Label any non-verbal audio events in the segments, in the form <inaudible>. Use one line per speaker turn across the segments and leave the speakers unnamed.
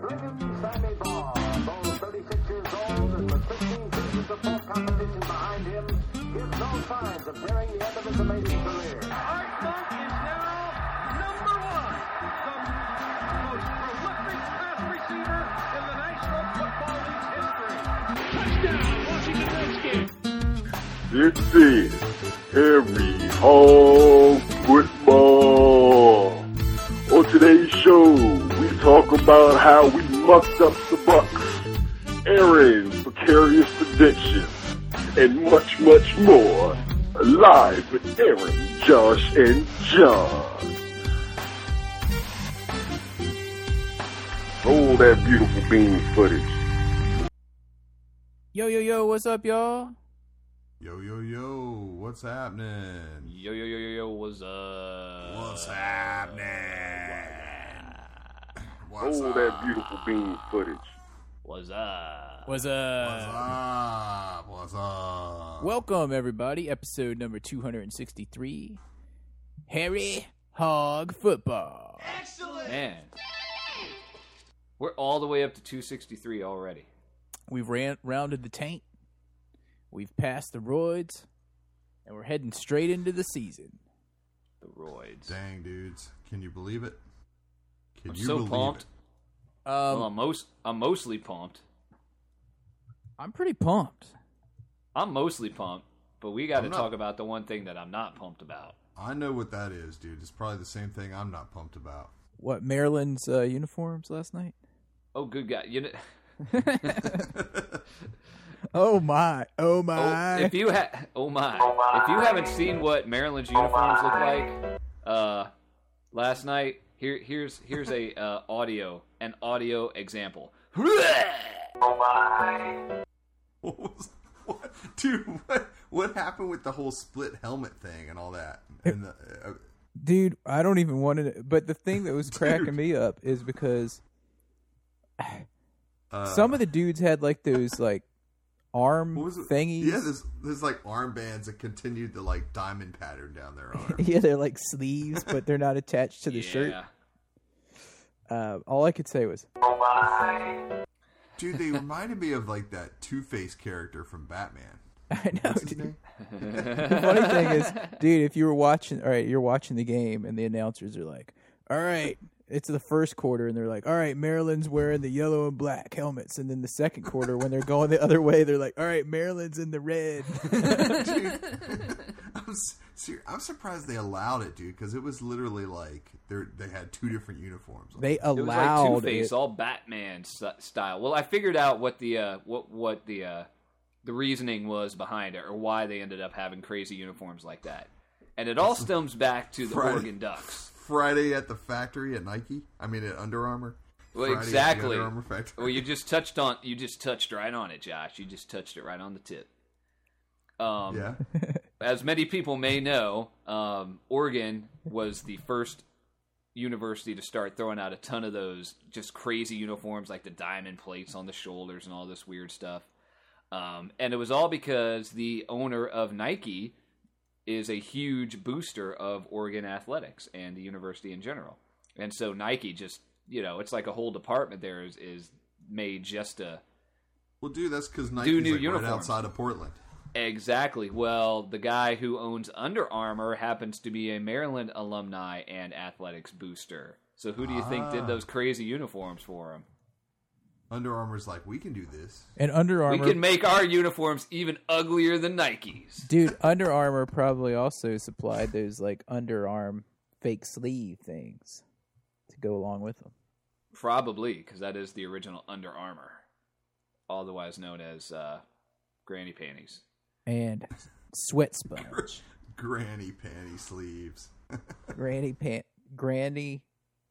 Brigham Sammy Baugh, though 36 years old and with 15 seasons of full competition behind him, gives no signs of nearing the end of his amazing career.
Art Monk is now number one, the most prolific pass receiver in the National Football League's history. Touchdown, Washington Redskins.
This is Harry Hall Football. On today's show, we talk about how we mucked up the Bucks, Aaron's precarious predictions, and much, much more. Live with Aaron, Josh, and John. Roll that beautiful beam footage.
Yo, yo, yo, what's up, y'all?
Yo, yo, yo, what's happening?
Yo yo yo yo yo what's up?
What's happening? What's
Roll
up?
Oh, that beautiful beam footage.
What's up?
What's up?
What's up? What's up?
Welcome, everybody. Episode number 263 Harry Hog Football.
Man. We're all the way up to 263 already.
We've ran, rounded the tank, we've passed the roids, and we're heading straight into the season.
The roids.
Dang, dudes, can you believe it? Can
I'm
you
so
believe
pumped.
it?
well,
Um,
I'm most I'm mostly pumped.
I'm pretty pumped.
I'm mostly pumped, but we got to
I'm not-
talk about the one thing that I'm not pumped about.
I know what that is, dude. It's probably the same thing I'm not pumped about. <laughs>
What, Maryland's uh, uniforms last night? <laughs>
Oh good god. You know, <laughs>
Oh, my. Oh,
oh,
my.
if you ha- oh my. If you haven't seen what Maryland's uniforms look like uh last night, here here's here's a uh, audio an audio example.
What was, what, dude, what, what happened with the whole split helmet thing and all that? And the, uh,
dude i don't even want to but the thing that was cracking me up is because
uh,
some of the dudes had like those like arm
what was it?
thingies
Yeah, there's, there's like armbands that continued the like diamond pattern down their arm.
<laughs> yeah they're like sleeves but they're not attached to
<laughs>
the shirt
Yeah.
uh, all i could say was <laughs>
Dude, they reminded me of like that Two Face character from Batman.
i know
What's his
Oh, dude.
name?
the
<laughs>
funny thing is dude if you were watching all right you're watching the game and the announcers are like all right it's the first quarter and they're like all right maryland's wearing the yellow and black helmets and then the second quarter when they're going the other way they're like all right maryland's in the
<laughs>
red
I'm, s- ser- I'm surprised they allowed it, dude, because it was literally like they they had two different uniforms.
They
It was like Two
allowed
Face,
it.
all Batman st- style. Well, I figured out what the uh, what what the uh, the reasoning was behind it, or why they ended up having crazy uniforms like that. And
<laughs>
it all stems back to the
Friday.
Oregon Ducks.
Friday at the factory at Nike. I mean at Under Armour.
Well,
Friday at the
exactly.
Under Armour factory.
Well, you just touched on you just touched right on it, Josh. You just touched it right on the tip. Um,
yeah.
as many people may know, um, Oregon was the first university to start throwing out a ton of those just crazy uniforms, like the diamond plates on the shoulders and all this weird stuff. Um, and it was all because the owner of Nike is a huge booster of Oregon athletics and the university in general. And so Nike just, you know, it's like a whole department there is, is made just to
Well, dude, that's because Nike's
new
like, right
uniforms.
outside of Portland.
Exactly. Well, the guy who owns Under Armour happens to be a Maryland alumni and athletics booster. So who do you think
Ah.
did those crazy uniforms for him?
Under Armour's like, we can do this.
And Under
We
Armour,
can make our uniforms even uglier than Nike's.
dude, Under Armour probably also supplied those like underarm fake sleeve things to go along with them.
Probably, because that is the original Under Armour, otherwise known as uh, granny panties.
And sweat
<laughs>
sponge,
Granny panty sleeves.
granny pant, granny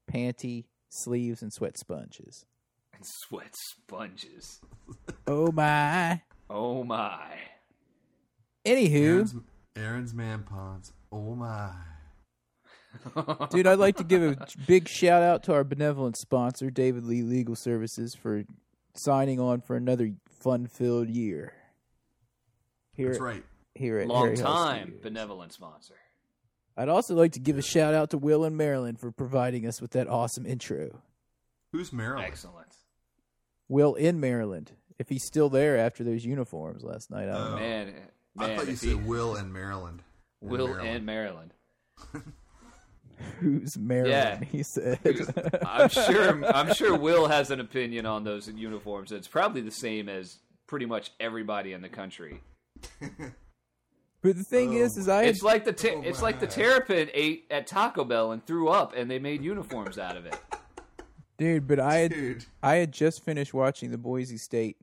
panty sleeves, and sweat sponges.
And <laughs> sweat sponges.
Oh my!
Oh my. <laughs>
Anywho,
Aaron's, Aaron's man ponds. Oh my.
dude, I'd like to give
<laughs>
a big shout out to our benevolent sponsor, David Lee Legal Services, for signing on for another fun-filled year. Here,
That's right.
here at
Long
Harry Hill
time
Studios.
benevolent sponsor.
I'd also like to give a shout out to Will and Marilyn for providing us with that awesome intro.
Who's Maryland?
Excellent.
Will in Maryland if he's still there after those uniforms last night. I don't
Oh.
know.
Man, man,
I thought you
if he-
said Will and Maryland.
Will and
Maryland.
<laughs> Maryland.
Who's Maryland?
Oh. Yeah.
He
<laughs>
said.
I'm sure. I'm sure Will has an opinion on those uniforms. It's probably the same as pretty much everybody in the country.
<laughs> but the thing is, is I had,
It's like the te-
Oh
it's
my.
like the terrapin ate at Taco Bell and threw up, and they made uniforms out of it.
dude. But I had
<laughs> Dude,
I had just finished watching the Boise State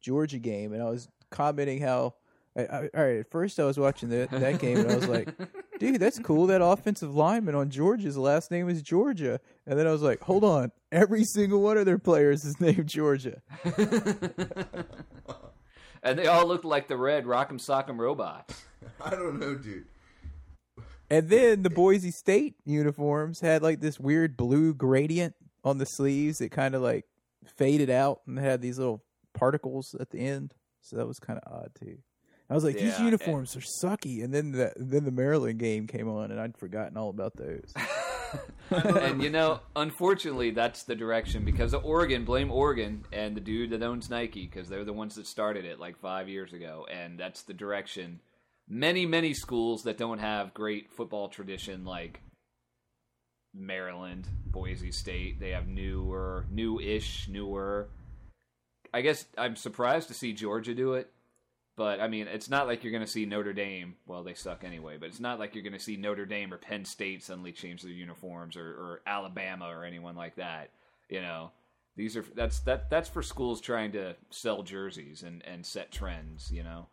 Georgia game, and I was commenting how. I, I, all right, at first I was watching that that game, and I was
<laughs>
like, "Dude, that's cool. That offensive lineman on Georgia's last name is Georgia." And then I was like, "Hold on, every single one of their players is named Georgia."
And they all looked like the red Rock'em Sock'em robots.
I don't know, dude.
And then the Boise State uniforms had like this weird blue gradient on the sleeves that kind of like faded out and had these little particles at the end. So that was kind of odd too. I was like, these
Yeah,
uniforms are sucky. And then the then the Maryland game came on, and I'd forgotten all about those. <laughs>
and you know, unfortunately, that's the direction because of Oregon. Blame Oregon and the dude that owns Nike because they're the ones that started it like five years ago, and that's the direction. Many, many schools that don't have great football tradition, like Maryland, Boise State, they have newer, new-ish, newer. I guess I'm surprised to see Georgia do it. But I mean, it's not like you're going to see Notre Dame. Well, they suck anyway. But it's not like you're going to see Notre Dame or Penn State suddenly change their uniforms or, or Alabama or anyone like that. You know, these are that's that that's for schools trying to sell jerseys and and set trends. You know,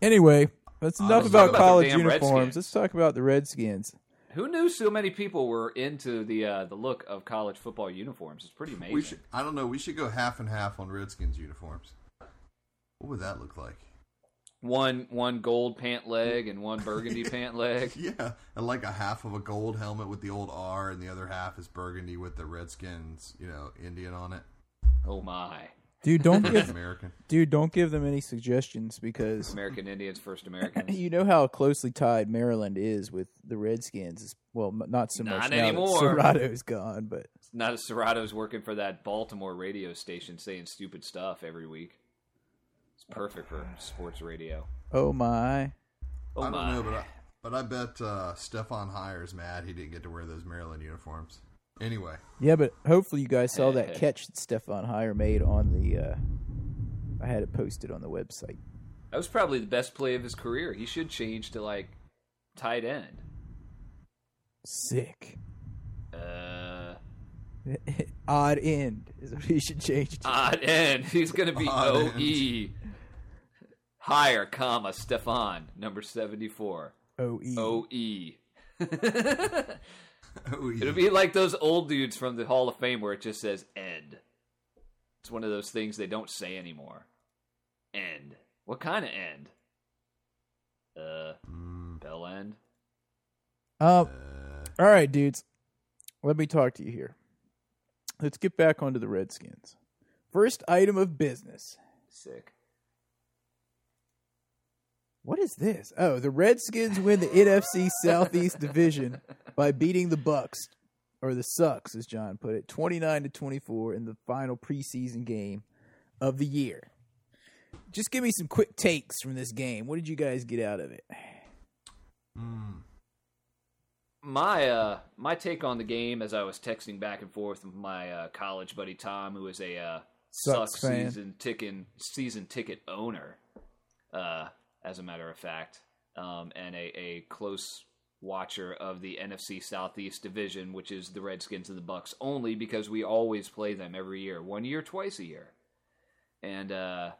Anyway, that's enough
let's
about
talk about the
college
damn
uniforms.
Redskins.
Let's talk about the Redskins.
who knew so many people were into the uh, the look of college football uniforms? It's pretty amazing.
We should. I don't know. We should go half and half on Redskins uniforms. What would that look like? <laughs>
One one gold pant leg and
<laughs>
one burgundy pant leg.
Yeah, and like a half of a gold helmet with the old R, and the other half is burgundy with the Redskins, you know, Indian on it.
Oh my!
Dude, don't
First
give <laughs>
American.
dude, don't give them any suggestions because
American Indians, first Americans.
you know how closely tied Maryland is with the Redskins. It's- Well, m- not so
Not
much now
anymore.
that Serrato's gone, but
not as Serrato's working for that Baltimore radio station saying stupid stuff every week. It's perfect for sports radio.
oh my.
Oh
I don't
my.
know, but I, but I bet uh, Stefan Heyer's mad he didn't get to wear those Maryland uniforms. Anyway, <laughs>
Yeah, but hopefully you guys saw
<laughs>
that catch that Stefan Heyer made on the. Uh, I had it posted on the website.
That was probably the best play of his career. He should change to like tight end.
Sick. <laughs>
Uh,
Odd end is what he should change to.
<laughs>
odd end. He's gonna be
Odd
O
end.
E. Higher, comma Stefan, number seventy-four.
O E.
O E. <laughs>
oh, yeah.
It'll be like those old dudes from the Hall of Fame where it just says end. It's one of those things they don't say anymore. End. What kind of end? Uh, bell end.
Um, all right, dudes. Let me talk to you here. Let's get back onto the Redskins. First item of business.
Sick.
What is this? Oh, the Redskins win the NFC Southeast Division by beating the Bucks or the Sucks, as John put it, twenty nine to twenty four in the final preseason game of the year. Just give me some quick takes from this game. What did you guys get out of it?
Hmm.
my uh my take on the game as I was texting back and forth with my uh, college buddy Tom, who is a uh,
Sucks
sucks,
fan.
season ticket season ticket owner, uh, as a matter of fact, um, and a, a close watcher of the NFC Southeast division, which is the Redskins and the Bucks only because we always play them every year, one year, twice a year, and uh,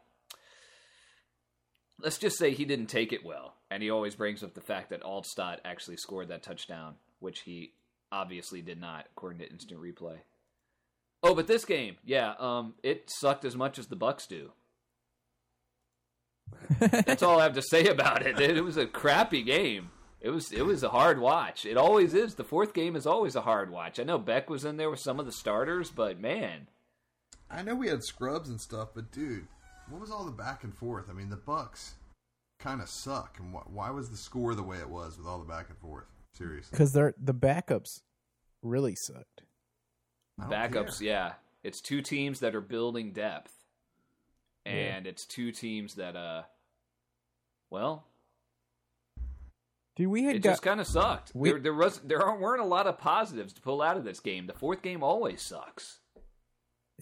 let's just say he didn't take it well. And he always brings up the fact that Altstadt actually scored that touchdown, which he obviously did not, according to instant replay. Oh, but this game, yeah, um, it sucked as much as the Bucks do. That's all I have to say about it. It was a crappy game. It was it was a hard watch. It always is. The fourth game is always a hard watch. I know Beck was in there with some of the starters, but man,
I know we had scrubs and stuff, but dude, what was all the back and forth? I mean, the Bucks kind of suck, and wh- why was the score the way it was with all the back and forth? Seriously,
Because they're the backups really sucked.
I don't
backups
care.
yeah it's two teams that are building depth and it's two teams that uh well
Dude, we had
it
got
just kind of sucked
we-
there there was there aren't, weren't a lot of positives to pull out of this game the fourth game always sucks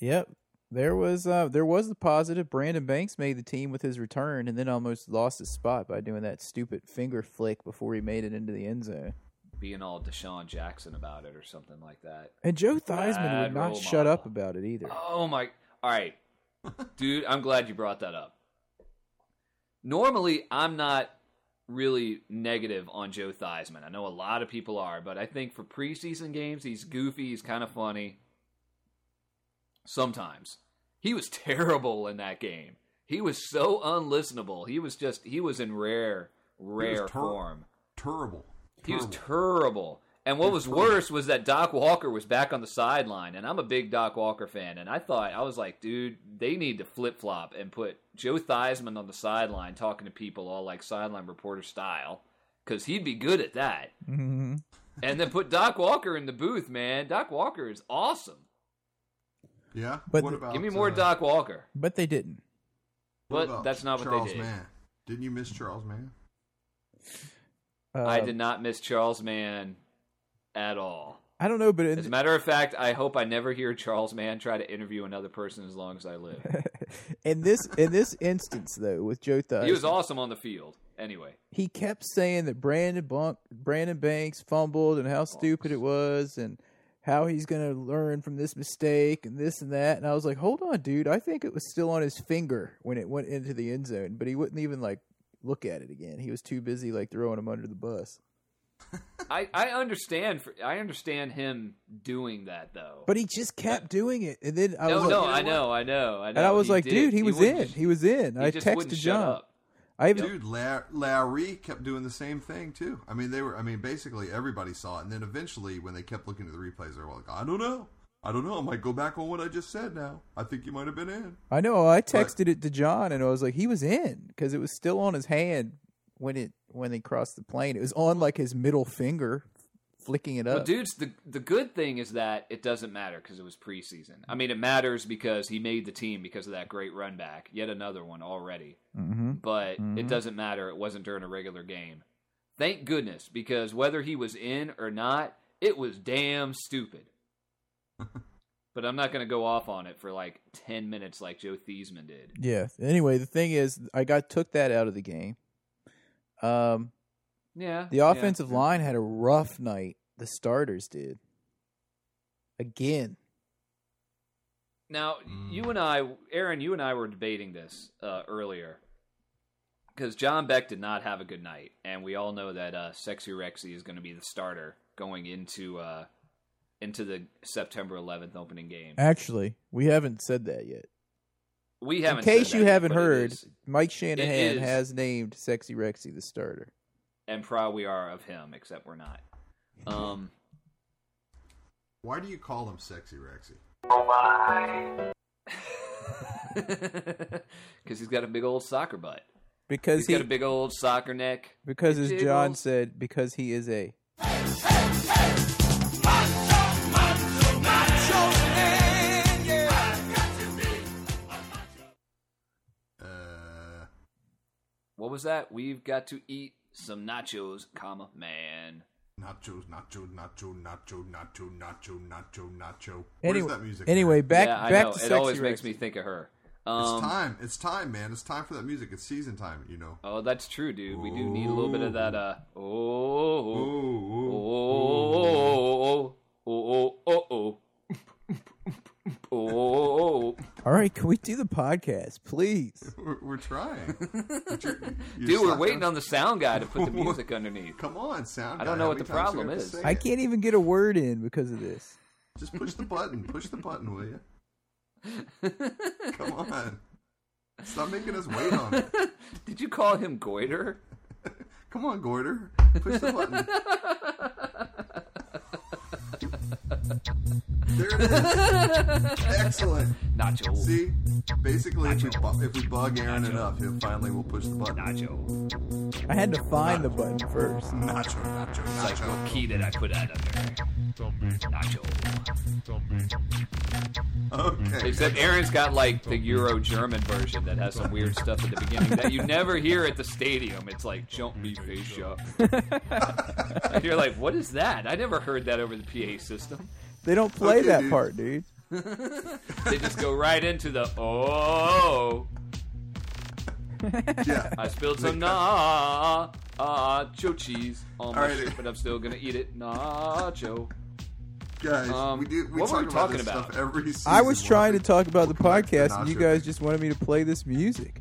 Yep. There was uh there was the positive. Brandon Banks made the team with his return and then almost lost his spot by doing that stupid finger flick before he made it into the end zone.
being all Deshaun Jackson about it or something like that
And Joe Theismann
Bad
would not
role
shut
model.
up about it either.
oh my all right <laughs> dude I'm glad you brought that up normally I'm not really negative on Joe Theismann I know a lot of people are but I think for preseason games he's goofy he's kind of funny sometimes. He was <laughs> terrible in that game. He was so unlistenable. He was just he was in rare rare
ter-
form.
Terrible.
He was
Terrible.
terrible. And what was worse was that Doc Walker was back on the sideline, and I'm a big Doc Walker fan, and I thought I was like, dude, they need to flip flop and put Joe Theismann on the sideline talking to people all like sideline reporter style, because he'd be good at that.
Mm-hmm.
And then put Doc Walker in the booth, man. Doc Walker is awesome.
Yeah.
But
what
the-
about
Give me more
uh,
Doc Walker.
But they didn't.
what
But
about
that's not what
Charles
they did.
Mann? Didn't you miss Charles Mann?
Uh,
I did not miss Charles Mann at all.
I don't know, but
As a
in,
matter of fact, I hope I never hear Charles Mann try to interview another person as long as I live.
<laughs> in this in this instance though, with Joe Theismann, <laughs>
He was awesome on the field. Anyway,
he kept saying that Brandon Bunk, Brandon Banks fumbled and how stupid it was and how he's going to learn from this mistake and this and that. And I was like, hold on, dude. I think it was still on his finger when it went into the end zone, but he wouldn't even like look at it again. He was too busy like throwing him under the bus.
I, I understand for, I understand him doing that though.
But he just kept doing it. And then I
no,
was
no,
like,
I know, I know, I
and
know.
I was
He
like,
did.
dude, he, was
wouldn't-
in. He was in.
he
I
just
texted
wouldn't shut
John.
up.
I even
Dude, La- Larry kept doing the same thing too. I mean, they were. I mean, basically everybody saw it, and then eventually, when they kept looking at the replays, they were like, "I don't know, I don't know. I might go back on what I just said. Now, I think you might have been in."
I know. I texted it to John, and I was like, he was in because it was still on his hand when it when they crossed the plane. It was on like his middle finger, flicking it
Well,
up.
dudes, the the good thing is that it doesn't matter because it was preseason. I mean, it matters because he made the team because of that great run back, yet another one already.
mm-hmm.
But
Mhm.
it doesn't matter. It wasn't during a regular game. Thank goodness, because whether he was in or not, it was damn stupid.
<laughs>
but I'm not going to go off on it for like ten minutes like Joe Theismann did.
Yeah. Anyway, the thing is, I got took that out of the game. Um,
Yeah,
the
yeah.
offensive line had a rough night. The starters did. Again,
Now,
Mm.
you and I, Aaron, you and I were debating this uh, earlier because John Beck did not have a good night, and we all know that uh, Sexy Rexy is going to be the starter going into uh, into the September 11th opening game.
actually, we haven't said that yet.
We haven't.
In
said
case
that
you
yet,
haven't
but it
heard,
is-
Mike Shanahan
is.
has named Sexy Rexy the starter.
and proud we are of him, except we're not. Um,
Why do you call him Sexy Rexy?
because he's got a big old soccer butt.
Because
He's
he
got a big old soccer neck.
Because as
It
John
jiggles.
said, because he is a.
Uh,
What was that? We've got to eat some nachos, comma man.
nachos, nacho, nacho, nacho, nacho, nacho, nacho, nacho. Where's
Anyway,
that music?
anyway,
man?
back
yeah, I
back
know.
to
it
sexy.
always
Rexy.
makes me think of her.
it's
Um,
time. It's time, man. It's time for that music. It's season time. You know.
Oh, that's true, dude. We do need a little bit of that. Uh,
Oh,
oh, oh,
oh,
oh, oh, oh, oh, oh, oh, oh.
All right, can we do the podcast, please?
We're,
<laughs>
we're trying. But you're- you're
Dude, we're
stuck
waiting
on-
on the sound guy to put the music underneath.
Come on, sound.
I don't
guy.
know
How
what
many
the
times do we
problem
have to
is.
say
I
it?
can't even get a word in because of this.
Just push the button. Push the button, will you?
<laughs>
Come on. Stop making us wait on it.
Did you call him goiter?
Come on, Gorder. Push the
<laughs>
button. there it is. Excellent.
Nacho.
See, basically, if we, bu- if we bug Aaron enough, he'll finally will push the button.
Nacho.
I had to find the button first.
Nacho, nacho,
It's like
nacho.
the key that I put out of there.
Okay.
Except Aaron's got like the Euro German version that has some weird stuff at the beginning that you never hear at the stadium. It's like jump me face up. and you're like, what is that? I never heard that over the PA system.
They don't play
Okay,
that
dude.
part, dude.
They just go right into the oh. <laughs>
Yeah.
I spilled some na nacho cheese on my
All right.
shirt, but I'm still gonna eat it
<laughs>
nacho.
Guys,
Um,
we do. We
what
talk
were we
about
talking
this
about?
stuff every season.
I was
We're
trying to
like-
talk about the
we're
podcast,
not
and you
sure.
guys just wanted me to play this music.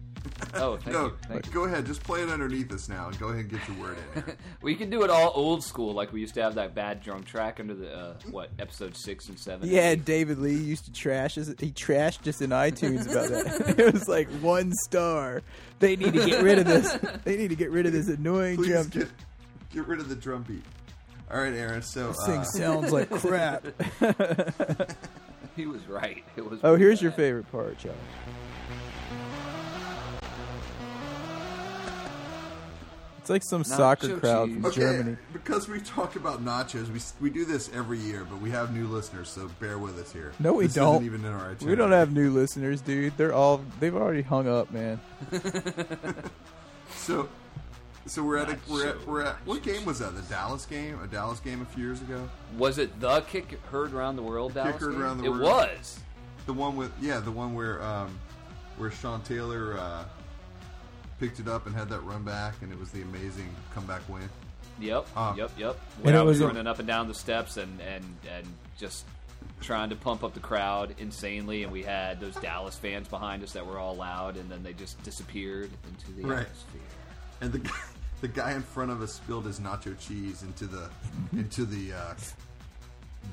Oh, thank
No,
you. Thank you.
go ahead. Just play it underneath us now, and go ahead and get your word
<laughs>
in. Aaron.
We can do it all old school, like we used to have that bad drum track under the uh, what episode six and seven.
Yeah, David Lee used to trash us. He trashed us in iTunes about that. <laughs> it was like one star. They need to get rid of this. They need to get rid of this annoying
Please
drum.
get, get rid of the drum beat. All right, Aaron. So
This thing
uh,
sounds like crap.
<laughs> he was right. It was.
Oh, here's your favorite part, Josh. It's like some soccer
Nacho
crowd
cheese.
from
okay,
Germany.
because we talk about nachos, we we do this every year, but we have new listeners, so bear with us here.
No, we
This
don't.
Isn't even in our
We don't
itinerary.
have new listeners, dude. They're all they've already hung up, man.
So, so we're at a we're at, we're at what game was that? The Dallas game, a Dallas game a few years ago.
Was it the kick heard around the world? Dallas
Heard
game?
Around the
it
World.
was.
The one with yeah, the one where um, where Sean Taylor uh, picked it up and had that run back, and it was the amazing comeback win.
Yep.
Ah.
Yep. Yep. When
it
I was,
was a-
running up and down the steps and and and just trying to pump up the crowd insanely, and we had those Dallas fans behind us that were all loud, and then they just disappeared into the
Right.
atmosphere.
And the <laughs> guy- the guy in front of us spilled his nacho cheese into the into the uh,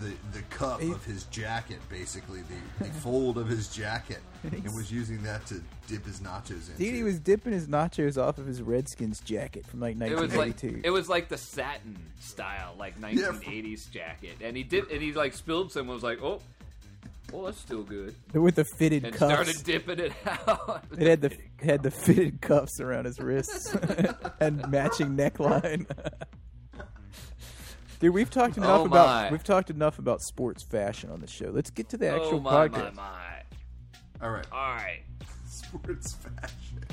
the the cup of his jacket, basically the, the fold of his jacket, and was using that to dip his nachos in.
Dude, he was dipping his nachos off of his Redskins jacket from like
It was like
1982.
it was like the satin style, like 1980s jacket, and he did, and he like spilled some. and Was like, oh, well, that's still good,
with the fitted
and
cuffs.
started dipping it <laughs> out.
It had the it had the fitted cuffs around his wrists <laughs> and matching neckline. <laughs> Dude, we've talked enough
Oh, my.
about we've talked enough about sports fashion on the show. Let's get to the actual
oh my my
podcast.
my!
all right. <laughs>
All right,
sports fashion.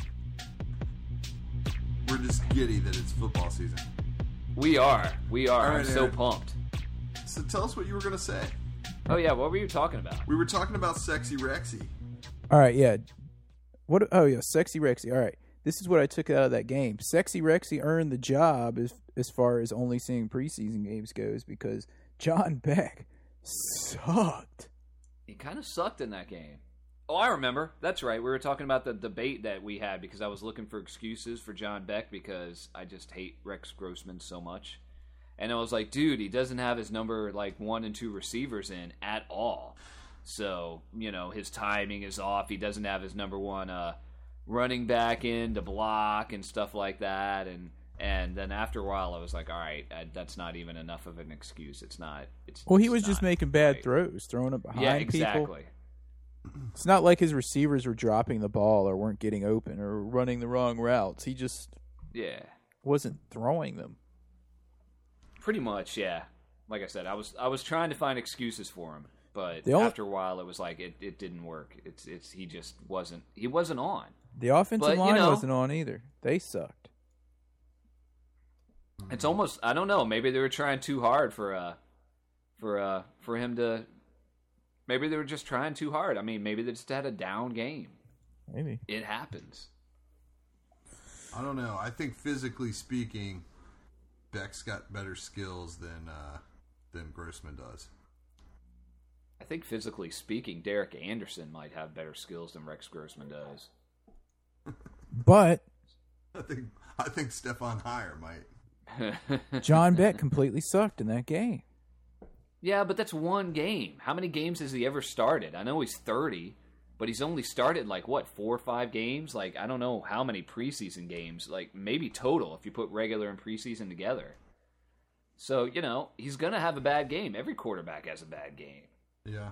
We're just giddy that it's football season.
we are, we are.
All right,
I'm so
Aaron.
pumped.
So tell us what you were gonna say.
Oh yeah, what were you talking about?
We were talking about sexy Rexy.
All right, yeah. What? Oh yeah, sexy Rexy. All right, this is what I took out of that game. Sexy Rexy earned the job as as far as only seeing preseason games goes because John Beck sucked.
He kind of sucked in that game. Oh, I remember. That's right. We were talking about the debate that we had because I was looking for excuses for John Beck because I just hate Rex Grossman so much. And I was like, dude, he doesn't have his number like one and two receivers in at all. So, you know, his timing is off. He doesn't have his number one uh, running back in to block and stuff like that. And and then after a while, I was like, all right, uh, that's not even enough of an excuse. It's not. It's
Well, he
it's
was just
not
making bad
right.
throws, throwing it behind
Yeah,
people.
exactly.
It's not like his receivers were dropping the ball or weren't getting open or running the wrong routes. He just
Yeah,
wasn't throwing them.
pretty much. Yeah, like I said, I was I was trying to find excuses for him, but
The only-
after a while, it was like it, it didn't work. It's it's he just wasn't he wasn't on.
The offensive
But, you
line
know-
wasn't on either. They sucked. Mm-hmm.
It's almost I don't know. Maybe they were trying too hard for uh for uh for him to. Maybe they were just trying too hard. I mean, maybe they just had a down game.
Maybe.
It happens.
I don't know. I think physically speaking, Beck's got better skills than uh, than Grossman does.
I think physically speaking, Derek Anderson might have better skills than Rex Grossman does. <laughs>
But
I think I think Stefan Heyer might.
John
<laughs>
Beck completely sucked in that game.
Yeah, but that's one game. How many games has he ever started? I know he's 30, but he's only started like what, 4 or 5 games? Like I don't know how many preseason games, like maybe total if you put regular and preseason together. So, you know, he's going to have a bad game. Every quarterback has a bad game.
Yeah,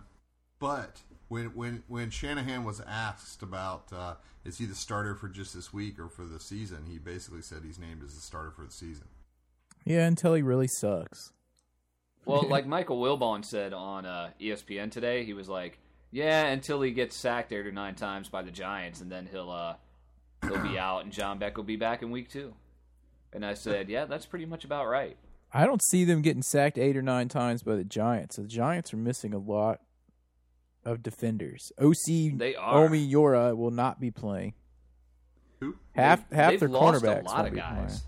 but when when when Shanahan was asked about uh, is he the starter for just this week or for the season, he basically said he's named as the starter for the season.
Yeah, until he really sucks.
Well, like Michael Wilbon said on uh, ESPN today, he was like, "Yeah, until he gets sacked eight or nine times by the Giants, and then he'll uh, he'll be out, and John Beck will be back in week two. And I said, "Yeah, that's pretty much about right."
I don't see them getting sacked eight or nine times by the Giants. The Giants are missing a lot of defenders. OC
They are.
Omi Yora will not be playing.
Who?
Half half
They've
their
lost
cornerbacks
a lot
won't
of
be
guys.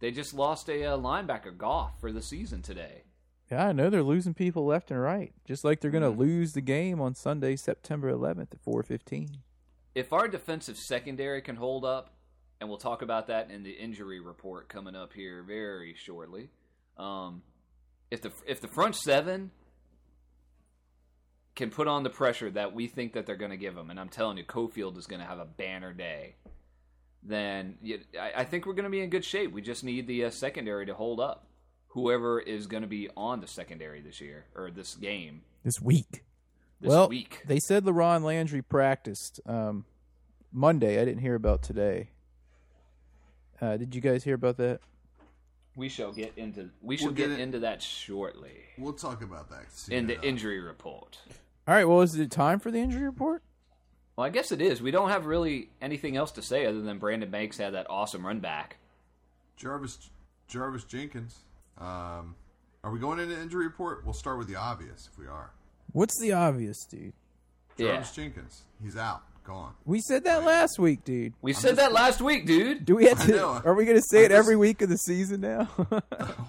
They just lost a uh, linebacker, Goff, for the season today.
playing. Yeah, I know they're losing people left and right. Just like they're going to lose the game on Sunday, September 11th at 4:15.
If our defensive secondary can hold up, and we'll talk about that in the injury report coming up here very shortly. Um, if the if the front seven can put on the pressure that we think that they're going to give them, and I'm telling you, Cofield is going to have a banner day. Then you, I, I think we're going to be in good shape. We just need the uh, secondary to hold up. Whoever is going to be on the secondary this year or this game
This week.
this
well,
week.
they said LaRon Landry practiced um, Monday. I didn't hear about today. Uh, did you guys hear about that?
We shall get into we shall
We'll
get
get it-
into that shortly
We'll talk about that. uh, soon
in the
enough.
injury report.
All right. Well, is it time for the injury report?
Well, I guess it is. We don't have really anything else to say other than Brandon Banks had that awesome run back.
Jarvis Jarvis Jenkins. Um, are we going into injury report? We'll start with the obvious if we are.
What's the obvious, dude?
Yeah,
Jarvis Jenkins. He's out. Gone.
We said that last week, dude.
we said that last week, dude.
Do we have
I
to?
know.
Are we going to say
I
it every
just-
week of the season now? <laughs>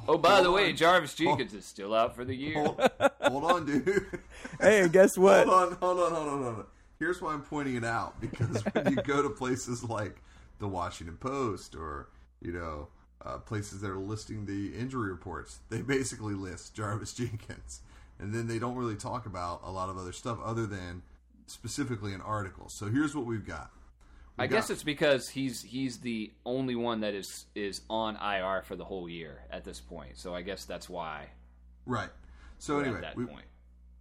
Oh, by the way, Jarvis Jenkins is still out for the year.
Hold, hold on, dude. <laughs>
hey, and guess what?
hold on, hold on, hold on, hold on. Here's why I'm pointing it out because when you go to places like the Washington Post or you know uh, places that are listing the injury reports, they basically list Jarvis <laughs> Jenkins, and then they don't really talk about a lot of other stuff other than specifically an article. So here's what we've got.
I guess
got-
it's because he's he's the only one that is is on IR for the whole year at this point. So I guess that's why.
Right. So
we're
anyway,
at that
we,
point.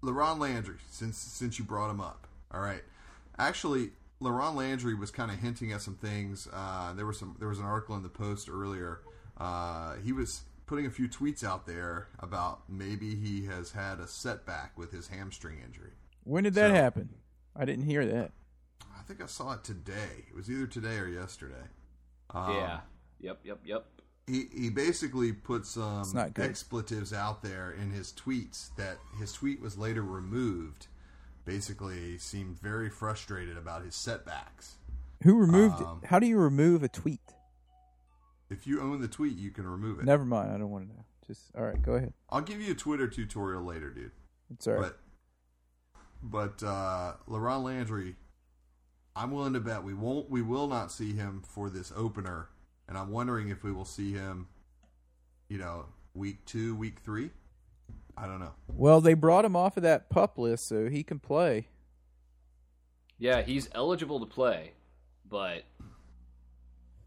LaRon Landry, since since you brought him up, all right. Actually, LaRon Landry was kind of hinting at some things. Uh, there was some there was an article in the Post earlier. Uh, he was putting a few tweets out there about maybe he has had a setback with his hamstring injury.
When did that
So-
happen? I didn't hear that.
I think I saw it today. It was either today or yesterday. um,
yeah. Yep. Yep. Yep.
he he basically put some
It's not good.
expletives out there in his tweets that his tweet was later removed. Basically, seemed very frustrated about his setbacks.
Who removed
Um,
it? How do you remove a tweet?
If you own the tweet, you can remove it.
Never mind. I don't want to know. Just all right. Go ahead.
I'll give you a Twitter tutorial later, dude.
It's all right.
But but uh, Laurent Landry, I'm willing to bet we won't we will not see him for this opener, and I'm wondering if we will see him, you know, week two, week three. I don't know.
well, they brought him off of that pup list, so he can play.
Yeah, he's eligible to play, but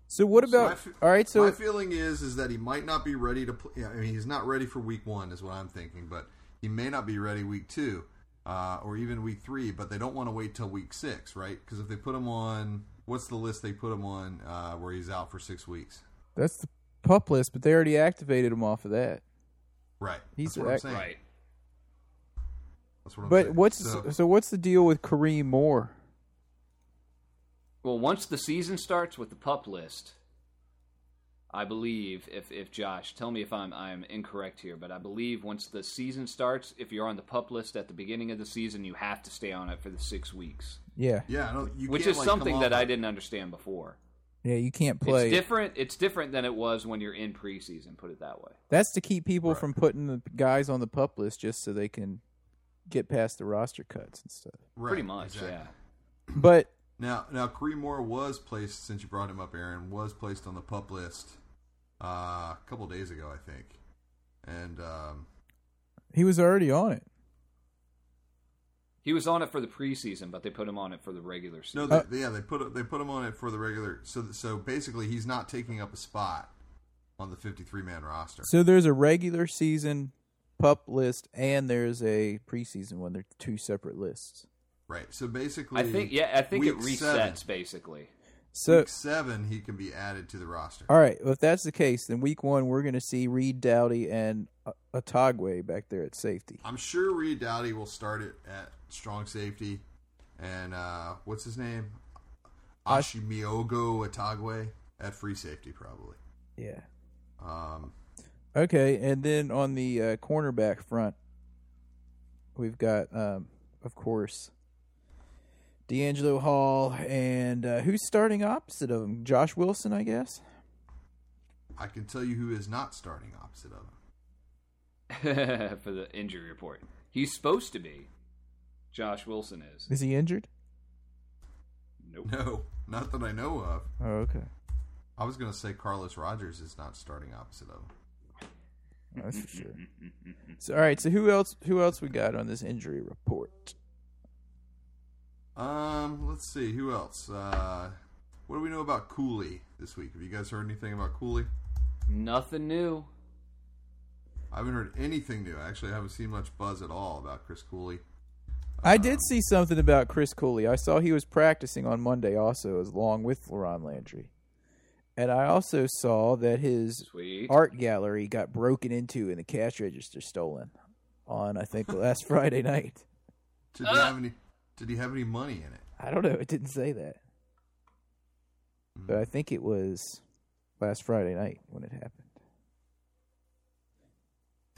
So what
So my
about?
fe-
all right. So
my feeling is is that he might not be ready to play. I mean, he's not ready for week one, is what I'm thinking. But he may not be ready week two, uh, or even week three. But they don't want to wait till week six, right? Because if they put him on, what's the list they put him on uh, where he's out for six weeks?
that's the pup list, but they already activated him off of that.
Right.
He's
That's what I'm
act-
saying.
right.
That's what I'm
But
saying.
what's
So-
so, what's the deal with Kareem Moore?
Well, once the season starts with the pup list, I believe if if Josh, tell me if I'm I'm incorrect here, but I believe once the season starts, if you're on the pup list at the beginning of the season, you have to stay on it for the six weeks,
Yeah,
yeah, I don't, you
which
can't,
is
like, come
something
off
that
of-
I didn't understand before.
yeah. You can't play.
It's different. It's different than it was when you're in preseason. Put it that way.
That's to keep people
Right.
from putting the guys on the pup list just so they can get past the roster cuts and stuff.
Right,
Pretty much.
exactly.
Yeah.
But
Now, now, Kareem Moore was placed since you brought him up, Aaron was placed on the pup list uh, a couple days ago, I think, and um,
he was already on it.
He was on it for the preseason, but they put him on it for the regular season.
no,
Uh,
they, yeah, they put they put him on it for the regular. So, so basically, he's not taking up a spot on the fifty-three man roster.
So there's a regular season pup list and there's a preseason one. They're two separate lists.
right. So basically,
I think. Yeah, I think it
week seven-
resets basically.
So
Week seven, he can be added to the roster.
all right, well, if that's the case, then week one we're going to see Reed Dowdy and uh, Otagwe back there at safety.
I'm sure Reed Dowdy will start it at strong safety, and uh, what's his name?
Ash-
Ashimiogo Atagwe at free safety probably.
Yeah.
Um,
Okay, and then on the uh, cornerback front, we've got, um, of course, D'Angelo Hall, and uh, who's starting opposite of him? Josh Wilson, I guess.
I can tell you who is not starting opposite of him. <laughs>
<laughs> for the injury report. He's supposed to be. Josh Wilson is.
Is he injured?
Nope.
No, not that I know of.
Oh, okay.
I was going to say Carlos Rogers is not starting opposite of him.
That's <laughs> for sure. So, all right. So, who else? Who else we got on this injury report?
Um, let's see who else. Uh, what do we know about Cooley this week? Have you guys heard anything about Cooley?
<laughs> Nothing new.
I haven't heard anything new. Actually, I haven't seen much buzz at all about Chris Cooley.
I did see something about Chris Cooley. I saw he was practicing on Monday, also as along with Laron Landry, and I also saw that his
Sweet.
art gallery got broken into and the cash register stolen on I think last Friday night.
Did he have any? Did he have any money in it?
I don't know. It didn't say that, but I think it was last Friday night when it happened.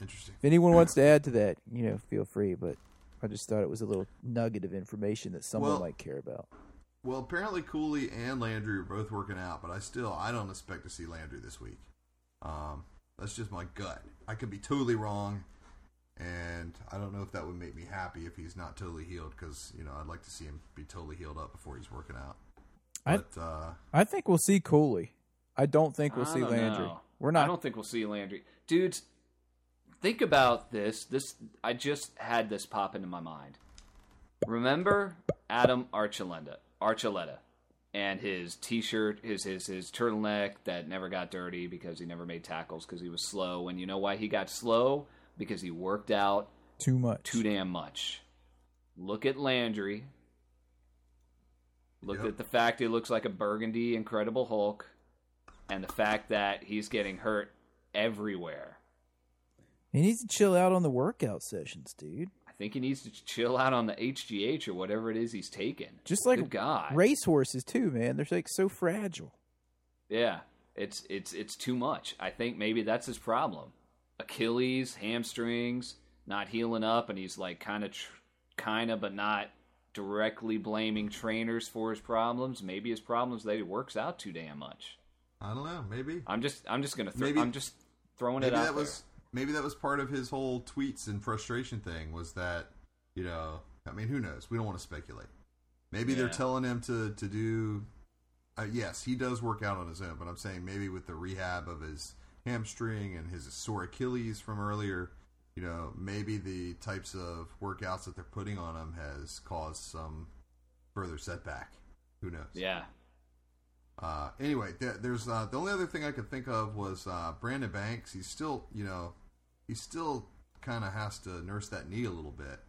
Interesting.
If anyone wants to add to that, you know, feel free. But I just thought it was a little nugget of information that someone
Well-
might care about.
Well, apparently Cooley and Landry are both working out, but I still I don't expect to see Landry this week. Um, that's just my gut. I could be totally wrong, and I don't know if that would make me happy if he's not totally healed because you know I'd like to see him be totally healed up before he's working out.
I-
But uh,
I think we'll see Cooley. I don't think we'll
I
see
don't
Landry.
know.
We're not.
I don't think we'll see Landry, dudes. Think about this. This I just had this pop into my mind. Remember Adam Archuleta, Archuleta, and his T-shirt, his his his turtleneck that never got dirty because he never made tackles because he was slow. And you know why he got slow? Because he worked out
too much.
too damn much. Look at Landry. Look
Yep.
at the fact he looks like a burgundy Incredible Hulk, and the fact that he's getting hurt everywhere.
he needs to chill out on the workout sessions, dude.
I think he needs to chill out on the HGH or whatever it is he's taking.
Just like
Good God,
racehorses too, man. They're like so fragile.
yeah, it's it's it's too much. I think maybe that's his problem. Achilles, hamstrings, not healing up, and he's like kind of, tr- kind of, but not directly blaming trainers for his problems. Maybe his problems that he works out too damn much.
I don't know. Maybe
I'm just, I'm just gonna, throw
Maybe-
I'm just throwing
maybe
it out
that was
there.
maybe that was part of his whole tweets and frustration thing was that you know i mean who knows we don't want to speculate maybe they're
Yeah.
telling him to to do uh, yes he does work out on his own but i'm saying maybe with the rehab of his hamstring and his sore achilles from earlier you know maybe the types of workouts that they're putting on him has caused some further setback who knows
Yeah,
uh, anyway, there, there's uh, the only other thing I could think of was uh, Brandon Banks. He's still, you know, he still kind of has to nurse that knee a little bit.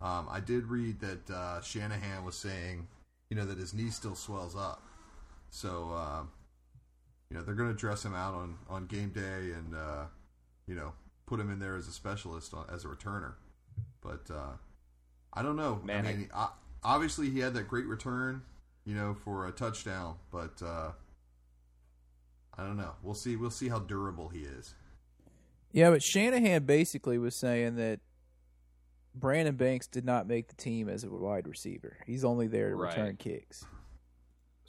Um, I did read that uh, Shanahan was saying, you know, that his knee still swells up. So, uh, you know, they're going to dress him out on, on game day and, uh, you know, put him in there as a specialist on, as a returner. But uh, I don't know.
Man,
I
I-
mean, o- obviously he had that great return, you know, for a touchdown. But uh, I don't know. We'll see. We'll see how durable he is.
Yeah, but Shanahan basically was saying that Brandon Banks did not make the team as a wide receiver. He's only there to
Right.
return kicks.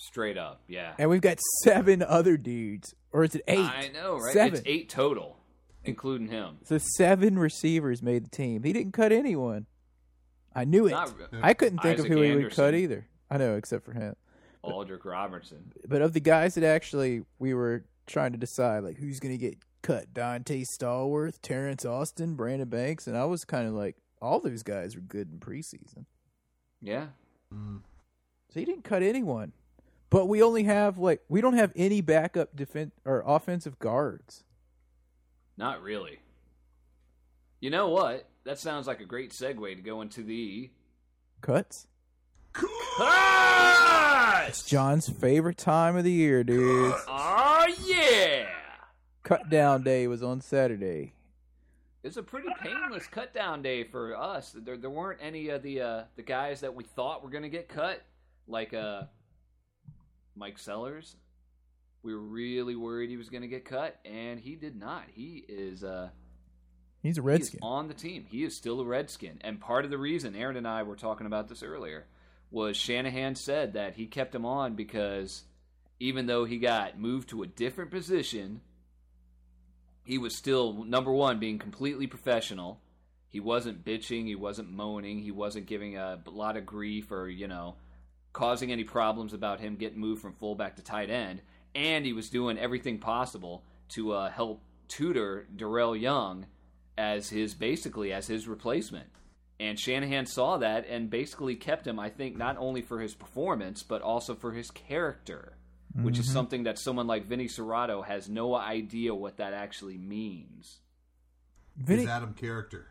straight up. Yeah,
And we've got seven other dudes, or is it eight?
I know, right?
Seven.
It's eight total, including him.
So seven receivers made the team. He didn't cut anyone. I knew it.
Not-
I couldn't think
Isaac
of who he would
Anderson.
cut either. I know, except for him.
Aldrich Robertson.
But of the guys that actually we were trying to decide, like who's going to get cut, Dante Stallworth, Terrence Austin, Brandon Banks, and I was kind of like, all those guys were good in preseason.
Yeah,
Mm.
So he didn't cut anyone. But we only have like we don't have any backup defense or offensive guards.
Not really. You know what? That sounds like a great segue to go into the
Cuts. It's John's favorite time of the year, dude.
Oh yeah.
Cut down day was on Saturday.
It's a pretty painless cut down day for us. There, there weren't any of the uh, the guys that we thought were gonna get cut, like uh, Mike Sellers. We were really worried he was gonna get cut, and he did not. He is uh,
He's a
He's
redskin.
on the team. He is still a Redskin. And part of the reason Aaron and I were talking about this earlier was Shanahan said that he kept him on because even though he got moved to a different position, he was still number one being completely professional. He wasn't bitching, he wasn't moaning, he wasn't giving a lot of grief or, you know, causing any problems about him getting moved from fullback to tight end, and he was doing everything possible to uh, help tutor Darrell Young as his basically as his replacement. And Shanahan saw that and basically kept him, I think, not only for his performance but also for his character, which
Mm-hmm.
is something that someone like Vinny Serrato has no idea what that actually means.
Vinny,
His Adam character.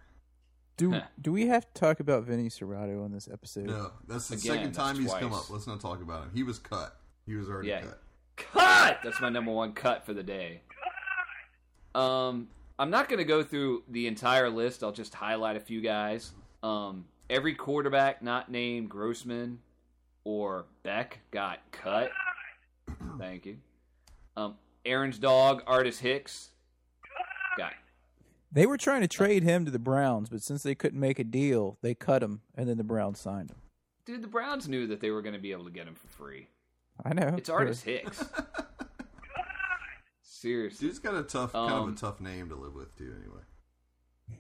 do
<laughs> Huh.
do we have to talk about Vinny Serrato on this episode?
No, that's the
Again,
second
that's
time he's come
twice.
up. Let's not talk about him. He was cut. He was already
Yeah.
cut.
cut. That's my number one cut for the day. Um, I'm not going to go through the entire list. I'll just highlight a few guys. Um, every quarterback not named Grossman or Beck got cut. Thank you. Um, Aaron's dog, Artis Hicks, got
They were trying to trade him to the Browns, but since they couldn't make a deal, they cut him, and then the Browns signed him.
dude. The Browns knew that they were going to be able to get him for free.
I know.
It's Artis Hicks. Seriously,
Dude's got a tough, kind
Um,
of a tough name to live with too. Anyway,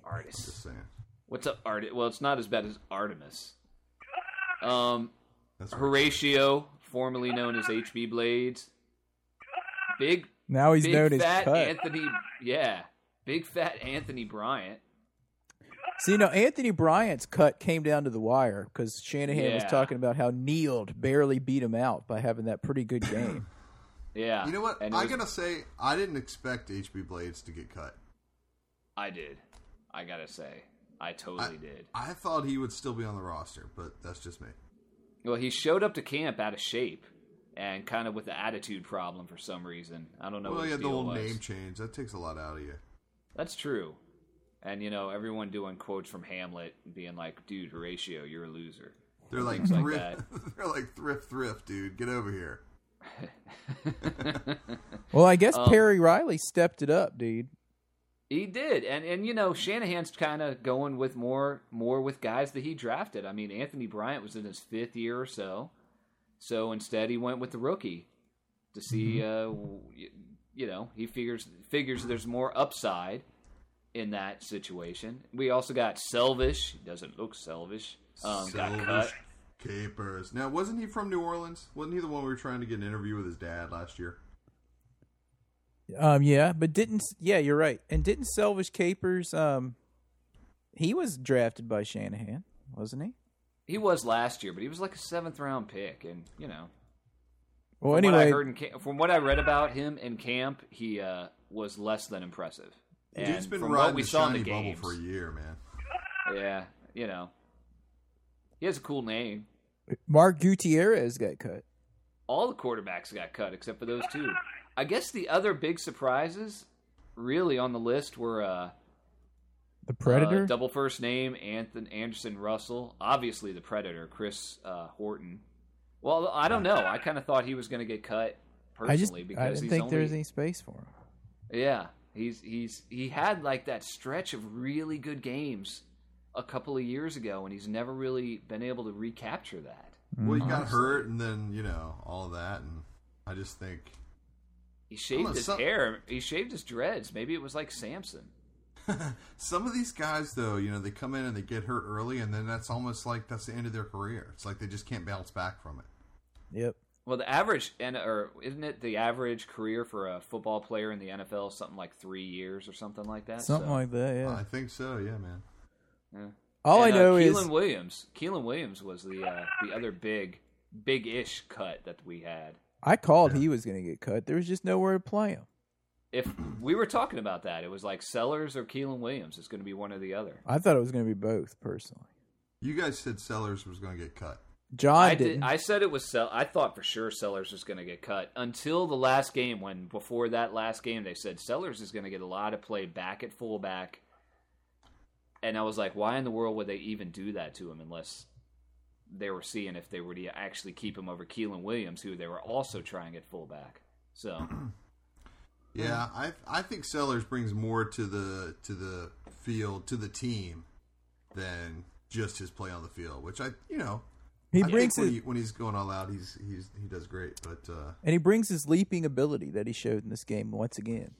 Artis.
just saying.
What's up, Art? Well, it's not as bad as Artemis. Um,
That's what-
Horatio, formerly known as HB Blades, big,
Now he's
big
known as
fat
Cut.
Anthony. Yeah, big fat Anthony Bryant.
See, no, Anthony Bryant's cut came down to the wire because Shanahan was
Yeah.
talking about how Neild barely beat him out by having that pretty good game.
<laughs> Yeah,
You know what?
And it
I
was-
gotta say, I didn't expect HB Blades to get cut.
I did. I gotta say, I totally did.
I thought he would still be on the roster, but that's just me.
Well, he showed up to camp out of shape and kind of with the attitude problem for some reason. I don't know.
well,
what
he
his
had the
deal
whole
was.
name change. That takes a lot out of you.
That's true. And you know, everyone doing quotes from Hamlet, being like, "Dude, Horatio, you're a loser."
They're like
like
thrift. <laughs> they're like thrift, thrift, dude. Get over here.
well, I guess
Um,
Perry Riley stepped it up, dude.
He did, and and you know Shanahan's kind of going with more more with guys that he drafted. I mean, Anthony Bryant was in his fifth year or so, so instead he went with the rookie to see.
Mm-hmm.
Uh, w- y- you know, he figures figures there's more upside in that situation. We also got Selvish. He doesn't look selvish. Um, got
Silver
cut.
Capers. Now, wasn't he from New Orleans? Wasn't he the one we were trying to get an interview with his dad last year?
Um, yeah, but didn't yeah, you're right. And didn't Selvish Capers um he was drafted by Shanahan, wasn't he?
He was last year, but he was like a seventh round pick, and you know
Well,
From what I
anyway,
heard in ca- from what I read about him in camp, he uh, was less than impressive. And
Dude's been
from
riding
what we
the
saw in
shiny
the
bubble
games,
for a year, man.
yeah, you know, he has a cool name.
Mark Gutierrez got cut.
All the quarterbacks got cut except for those two. I guess the other big surprises, really on the list, were uh,
The
uh,
Predator.
double first name Anthony Anderson Russell, obviously the Predator Chris uh, Horton. Well, I don't know. I kind of thought he was going to get cut personally
I just
because
I didn't
he's
think
only...
there was any space for him.
Yeah, he's he's he had like that stretch of really good games a couple of years ago, and he's never really been able to recapture that.
Mm,
Well, he got hurt, and then you know all of that, and I just think
He shaved
on,
his
some-
hair. He shaved his dreads. Maybe it was like Samson.
some of these guys, though, you know, they come in and they get hurt early, and then that's almost like that's the end of their career. It's like they just can't bounce back from it.
Yep.
Well, the average and or isn't it the average career for a football player in the NFL is something like three years or something like that?
Something
So,
like that, yeah.
I think so, yeah, man.
yeah.
All
And,
I
uh,
know
Keelan
is
Williams. Keelan Williams was the uh, the other big big ish cut that we had.
I called he was going to get cut. There was just nowhere to play him.
if we were talking about that, it was like Sellers or Keelan Williams. It's going to be one or the other.
I thought it was going to be both personally.
You guys said Sellers was going to get cut.
John
I did.
didn't.
I said it was. Sell- I thought for sure Sellers was going to get cut until the last game. When before that last game, they said Sellers is going to get a lot of play back at fullback, and I was like, why in the world would they even do that to him unless they were seeing if they were to actually keep him over Keelan Williams, who they were also trying at fullback. So <clears throat>
Yeah, I I think Sellers brings more to the to the field to the team than just his play on the field, which I you know
he
I think
brings
when,
his
he, when he's going all out, he's he's he does great. But uh,
and he brings his leaping ability that he showed in this game once again.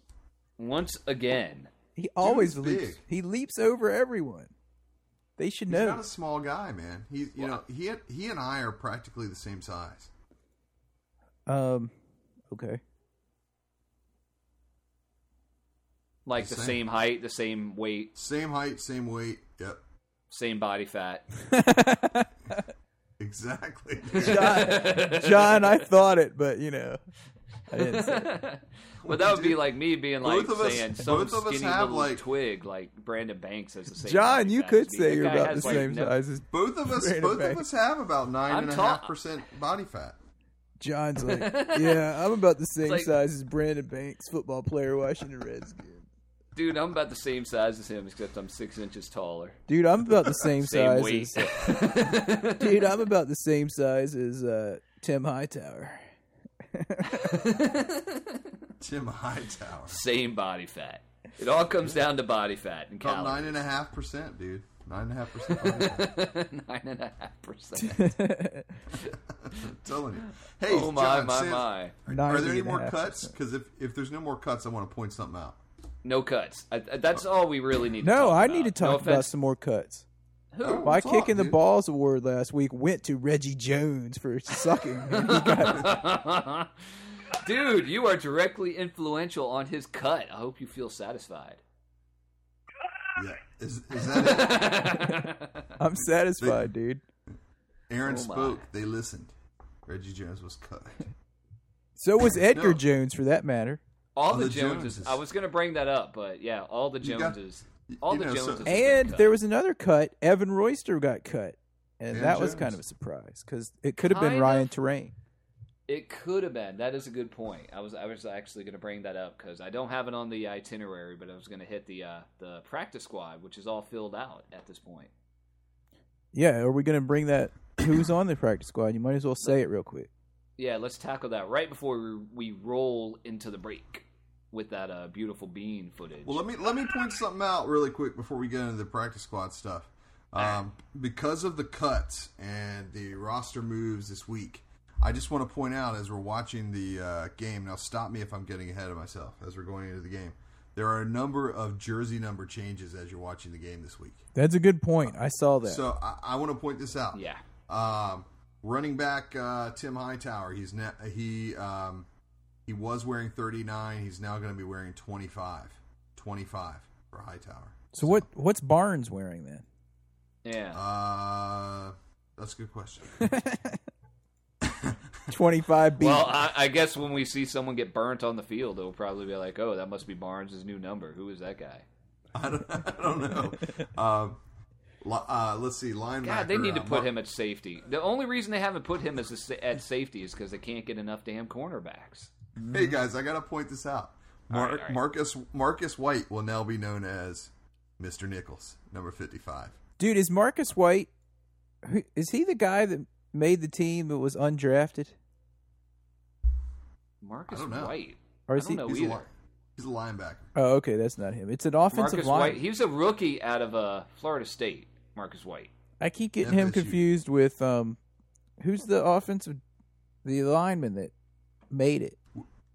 once again,
He always leaps.
big.
He leaps over everyone. They should
he's
know.
not a small guy, man. He you know he and- he and I are practically the same size.
Um,
<laughs>
okay.
like
The
the,
same.
same height, the same weight,
Same height, same weight. Yep, <laughs>
same body fat.
exactly.
John, John, I thought it, but you know, I didn't. Say it.
But that would be like me being like
Both of us-
saying some
both of us
skinny
have,
little
like-
twig like Brandon Banks has the same.
John,
body
you
fat
could
as me.
say
That
you're
guy
about the
has, like,
same
no-
size as
Both of us,
Brandon
both of
Banks.
us have about nine
I'm
and a half
tall-
percent body fat.
John's
<laughs>
like, yeah, I'm about the same
like-
size as Brandon Banks, football player, Washington Redskins.
Dude, I'm about the same size as him, except I'm six inches taller.
Dude, I'm about the same,
Same
size.
weight.
As, dude, I'm about the same size as uh, Tim Hightower.
Tim Hightower,
same body fat. It all comes down to body fat and
about
calories.
nine and a half percent, dude. Nine and a half percent. body
<laughs>
fat.
<laughs> Nine and a half percent.
telling you. Hey,
Oh my
John,
my
since-
my!
Are there
90
any
and a
more
half.
cuts? Because if if there's no more cuts, I want to point something out.
No cuts. I, I- that's all we really need. to
No,
talk
I
about.
need to
Oh, No
talk about
offense.
some more cuts.
Oh,
My
talk,
kicking the
dude.
balls award last week went to Reggie Jones for sucking. He
<laughs>
got-
Dude, you are directly influential on his cut. I hope you feel satisfied. <laughs>
Yeah, is, is that it?
I'm satisfied, dude.
Aaron
<laughs> Oh, my.
spoke. They listened. Reggie Jones was cut.
So was Edgar
No.
Jones, for that matter,
All
On
the,
the
Joneses.
Joneses.
I was gonna bring that up, but yeah, all the
You got-
Joneses. all
you
the
know, so-
Joneses. have been
and
cut.
there was another cut. Evan Royster got cut, and
And
that was
Jones.
kind of a surprise because it could have been
Kind
Ryan
of.
Terrain.
It could have been. That is a good point. I was I was actually going to bring that up because I don't have it on the itinerary, but I was going to hit the uh, the practice squad, which is all filled out at this point.
Yeah, are we going to bring that? Who's on the practice squad? You might as well say it real quick.
Yeah, let's tackle that right before we, we roll into the break with that uh, beautiful bean footage.
Well, let me let me point something out really quick before we get into the practice squad stuff. Um, because of the cuts and the roster moves this week, I just want to point out as we're watching the uh, game. Now, stop me if I'm getting ahead of myself as we're going into the game. There are a number of jersey number changes as you're watching the game this week.
That's a good point. I saw that.
So I, I want to point this out.
yeah,
Um, running back uh, Tim Hightower, he's now he um, he was wearing 39. He's now going to be wearing 25. 25 for Hightower.
so what? What's Barnes wearing then?
yeah.
Uh, that's a good question. <laughs>
Twenty five B.
well, I, I guess when we see someone get burnt on the field, it'll probably be like, "Oh, that must be Barnes' new number. Who is that guy?"
I don't, <laughs> I don't know. Um, li- uh, let's see. Linebacker.
God, they need to
uh,
put
Mar-
him at safety. The only reason they haven't put him as a, sa- at safety is because they can't get enough damn cornerbacks.
Hey guys, I got to point this out. Mar-
right, all right.
Marcus Marcus White will now be known as Mr. Nichols, number 55.
Dude, is Marcus White? who- Is he the guy that made the team that was undrafted,
Marcus
I don't know.
White.
or
I
is
don't know
he?
He's a,
either.
li- he's a linebacker.
Oh, okay, that's not him. It's an offensive
Marcus
line.
White. He was a rookie out of uh, Florida State. Marcus White.
I keep getting him
FSU.
confused with um, who's the offensive, the lineman that made it?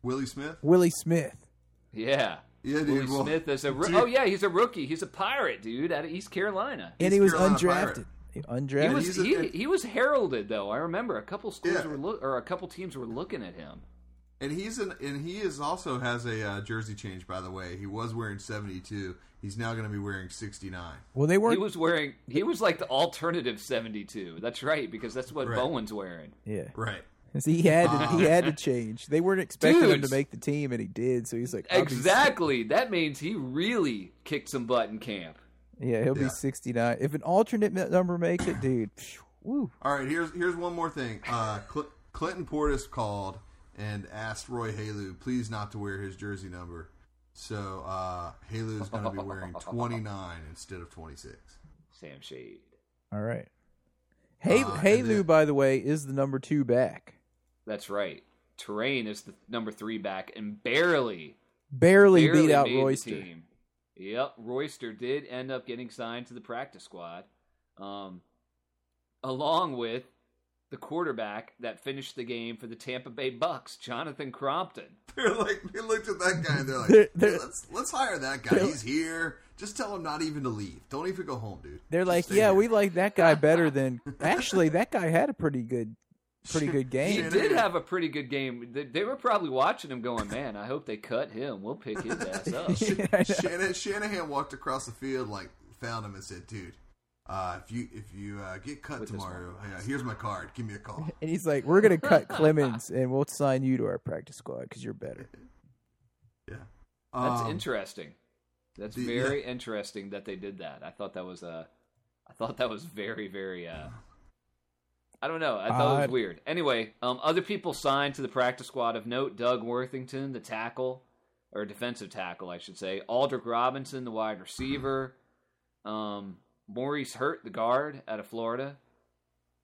Willie Smith.
Willie Smith.
Yeah.
Yeah, dude,
Willie
well, <laughs>
Smith is a. Ro-
dude.
oh yeah, he's a rookie. He's a pirate, dude, out of East Carolina.
and
East
he was
Carolina
undrafted.
Pirate.
He
He
Undrafted.
and
was
he's a-
he, he was heralded though. I remember a couple schools
Yeah.
were look or a couple teams were looking at him.
And he's an and he is also has a uh, jersey change. By the way, he was wearing seventy two. He's now going to be wearing sixty nine.
well, they
He
weren't.
was wearing he was like the alternative seventy two. That's right because that's what
Right.
Bowen's wearing.
yeah,
Right.
So he had to, he had to
<laughs>
change. They weren't expecting him to
Dudes.
make the team, and he did. So he's like, I'll be-
Exactly. That means he really kicked some butt in camp.
yeah, he'll
Yeah.
be sixty nine. If an alternate mi- number makes it, dude, phew, Woo.
All right, here's here's one more thing. Uh, Cl- Clinton Portis called and asked Roy Halu please not to wear his jersey number. So uh, Halu's going to be wearing 29 instead of 26.
Sam Shade.
All right. Hey,
Ah,
Uh,
hey,
and
Lou.
then-
By the way, is the number two back?
That's right. Terrain is the number three back and barely,
Barely,
barely
beat out
made the
Royster.
team. Yep, Royster did end up getting signed to the practice squad, um, along with the quarterback that finished the game for the Tampa Bay Bucks, Jonathan Crompton.
<laughs> They're like they looked at that guy and they're like,
They're- they're-
let's let's hire that guy. He's here. Just tell him not even to leave. Don't even go home, dude.
They're
Just
like,
stay
yeah,
here."
we like that guy
<laughs>
better than. <laughs> Actually, that guy had a pretty good, pretty good
He
game.
Yeah.
did have a pretty good game. They, they were probably watching him, going, "Man, I hope they cut him. We'll pick his ass up."
<laughs> Yeah, I know.
Shannon, Shanahan walked across the field, like found him and said, "Dude, uh, if you if you uh, get cut
With this
tomorrow, yeah, here's my card. Give me a call."
and he's like, "We're gonna cut
<laughs>
Clemens, and we'll sign you to our practice squad because you're better."
Yeah,
<laughs> That's
Um,
interesting. That's
the-
very interesting that they did that. I thought that was uh, I thought that was very very uh I don't know. I thought it
Odd.
was weird. Anyway, um other people signed to the practice squad of note, Doug Worthington, the tackle or defensive tackle, I should say. Aldrick Robinson, the wide receiver. Um Maurice Hurt, the guard out of Florida.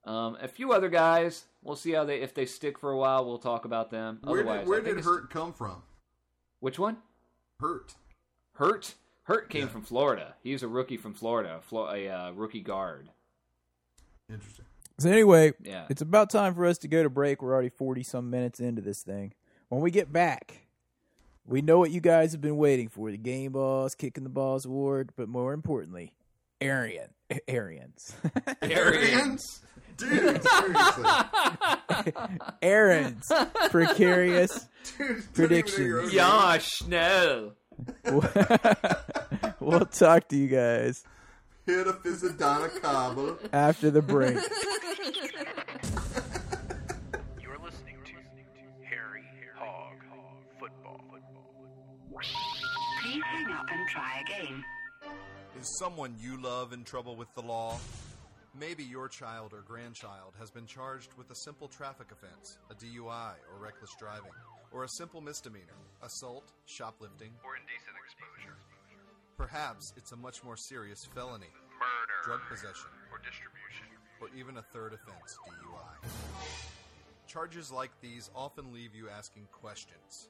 Um, a few other guys. We'll see how they if they stick for a while. We'll talk about them.
Where
Otherwise,
did, where
I think
did
it's-
Hurt come from?
Which one?
Hurt.
Hurt Hurt came
Yeah.
from Florida. He's a rookie from Florida, a Flo- a uh, rookie guard.
Interesting.
So anyway,
Yeah.
it's about time for us to go to break. We're already forty some minutes into this thing. When we get back, we know what you guys have been waiting for: the game balls, kicking the balls award, but more importantly, Arian, <laughs> Arians, <laughs>
Arians, <laughs> dude, seriously, <laughs>
Arians, precarious. <laughs>
dude,
Predictions.
Yeah.
Yeah, Schnell.
we'll talk to you guys
Hit a Fizidana Cobble.
after the
<laughs>
break.
You're listening to Harry Hog Football.
Please hang up and try again.
Is someone you love in trouble with the law? Maybe your child or grandchild has been charged with a simple traffic offense, a DUI or reckless driving, or a simple misdemeanor, assault, shoplifting.
Or indecent exposure.
Perhaps it's a much more serious felony,
Murder.
drug possession,
Or distribution.
or even a third offense, DUI. Charges like these often leave you asking questions.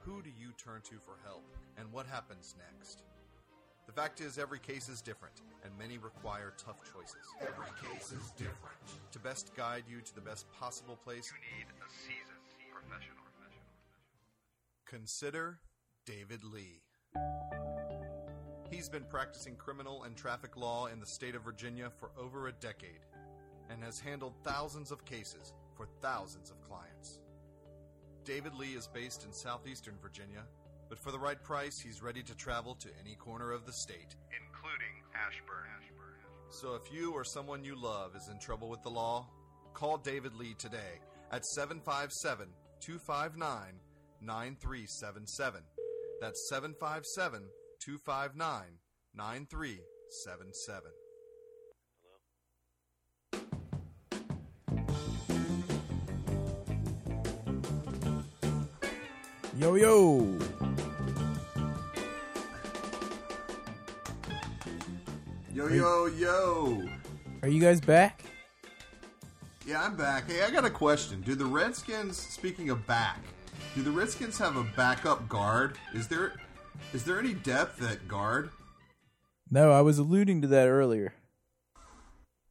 Who do you turn to for help, and what happens next? The fact is, every case is different, and many require tough choices. Every case is different. To best guide you to the best possible place,
You need a seasoned professional.
consider David Lee. He's been practicing criminal and traffic law in the state of Virginia for over a decade and has handled thousands of cases for thousands of clients. David Lee is based in southeastern Virginia, but for the right price, he's ready to travel to any corner of the state.
Including Ashburn. Ashburn.
So if you or someone you love is in trouble with the law, call David Lee today at 757 259 9377. That's 757 259 9377.
Yo, yo.
Yo, yo, yo.
Are you guys back?
Yeah, I'm back. Hey, I got a question. Do the Redskins, speaking of back, do the Redskins have a backup guard? Is there is there any depth at guard?
No, I was alluding to that earlier.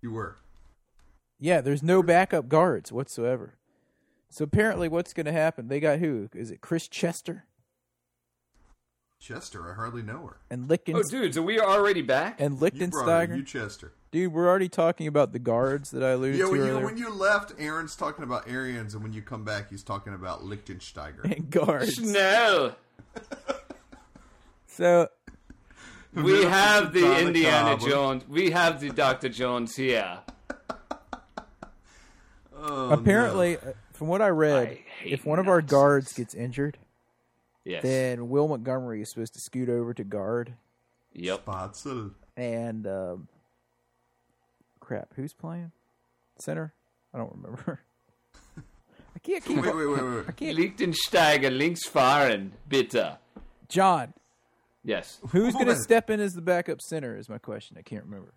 You were.
Yeah, there's no backup guards whatsoever. So apparently, what's going to happen? They got who? Is it Chris Chester
Chester, I hardly know her.
and Lichten
Oh, dude, so we are already back.
and
You brought her,
Lichtensteiger?
you Chester.
dude, we're already talking about the guards that I alluded
Yeah,
to
when you
earlier.
when you left, Aaron's talking about Arians, and when you come back, he's talking about
<laughs>
<laughs>
Lichtensteiger.
and guards.
<laughs>
Schnell.
So
We have the
Donna
Indiana
Cobb.
Jones. We have the Dr. Jones here.
Oh,
apparently, uh from what I read,
I hate
if one of our
nonsense.
guards gets injured,
Yes.
then Will Montgomery is supposed to scoot over to guard.
no.
Yep. <laughs>
Spotzel.
And um, crap, who's playing? center? I don't remember. <laughs> I can't keep.
Wait, wait, wait, wait.
I can't.
Liechtensteiger links fahren, bitte.
John,
Yes.
who's going to
Moment.
step in as the backup center? Is my question. I can't remember.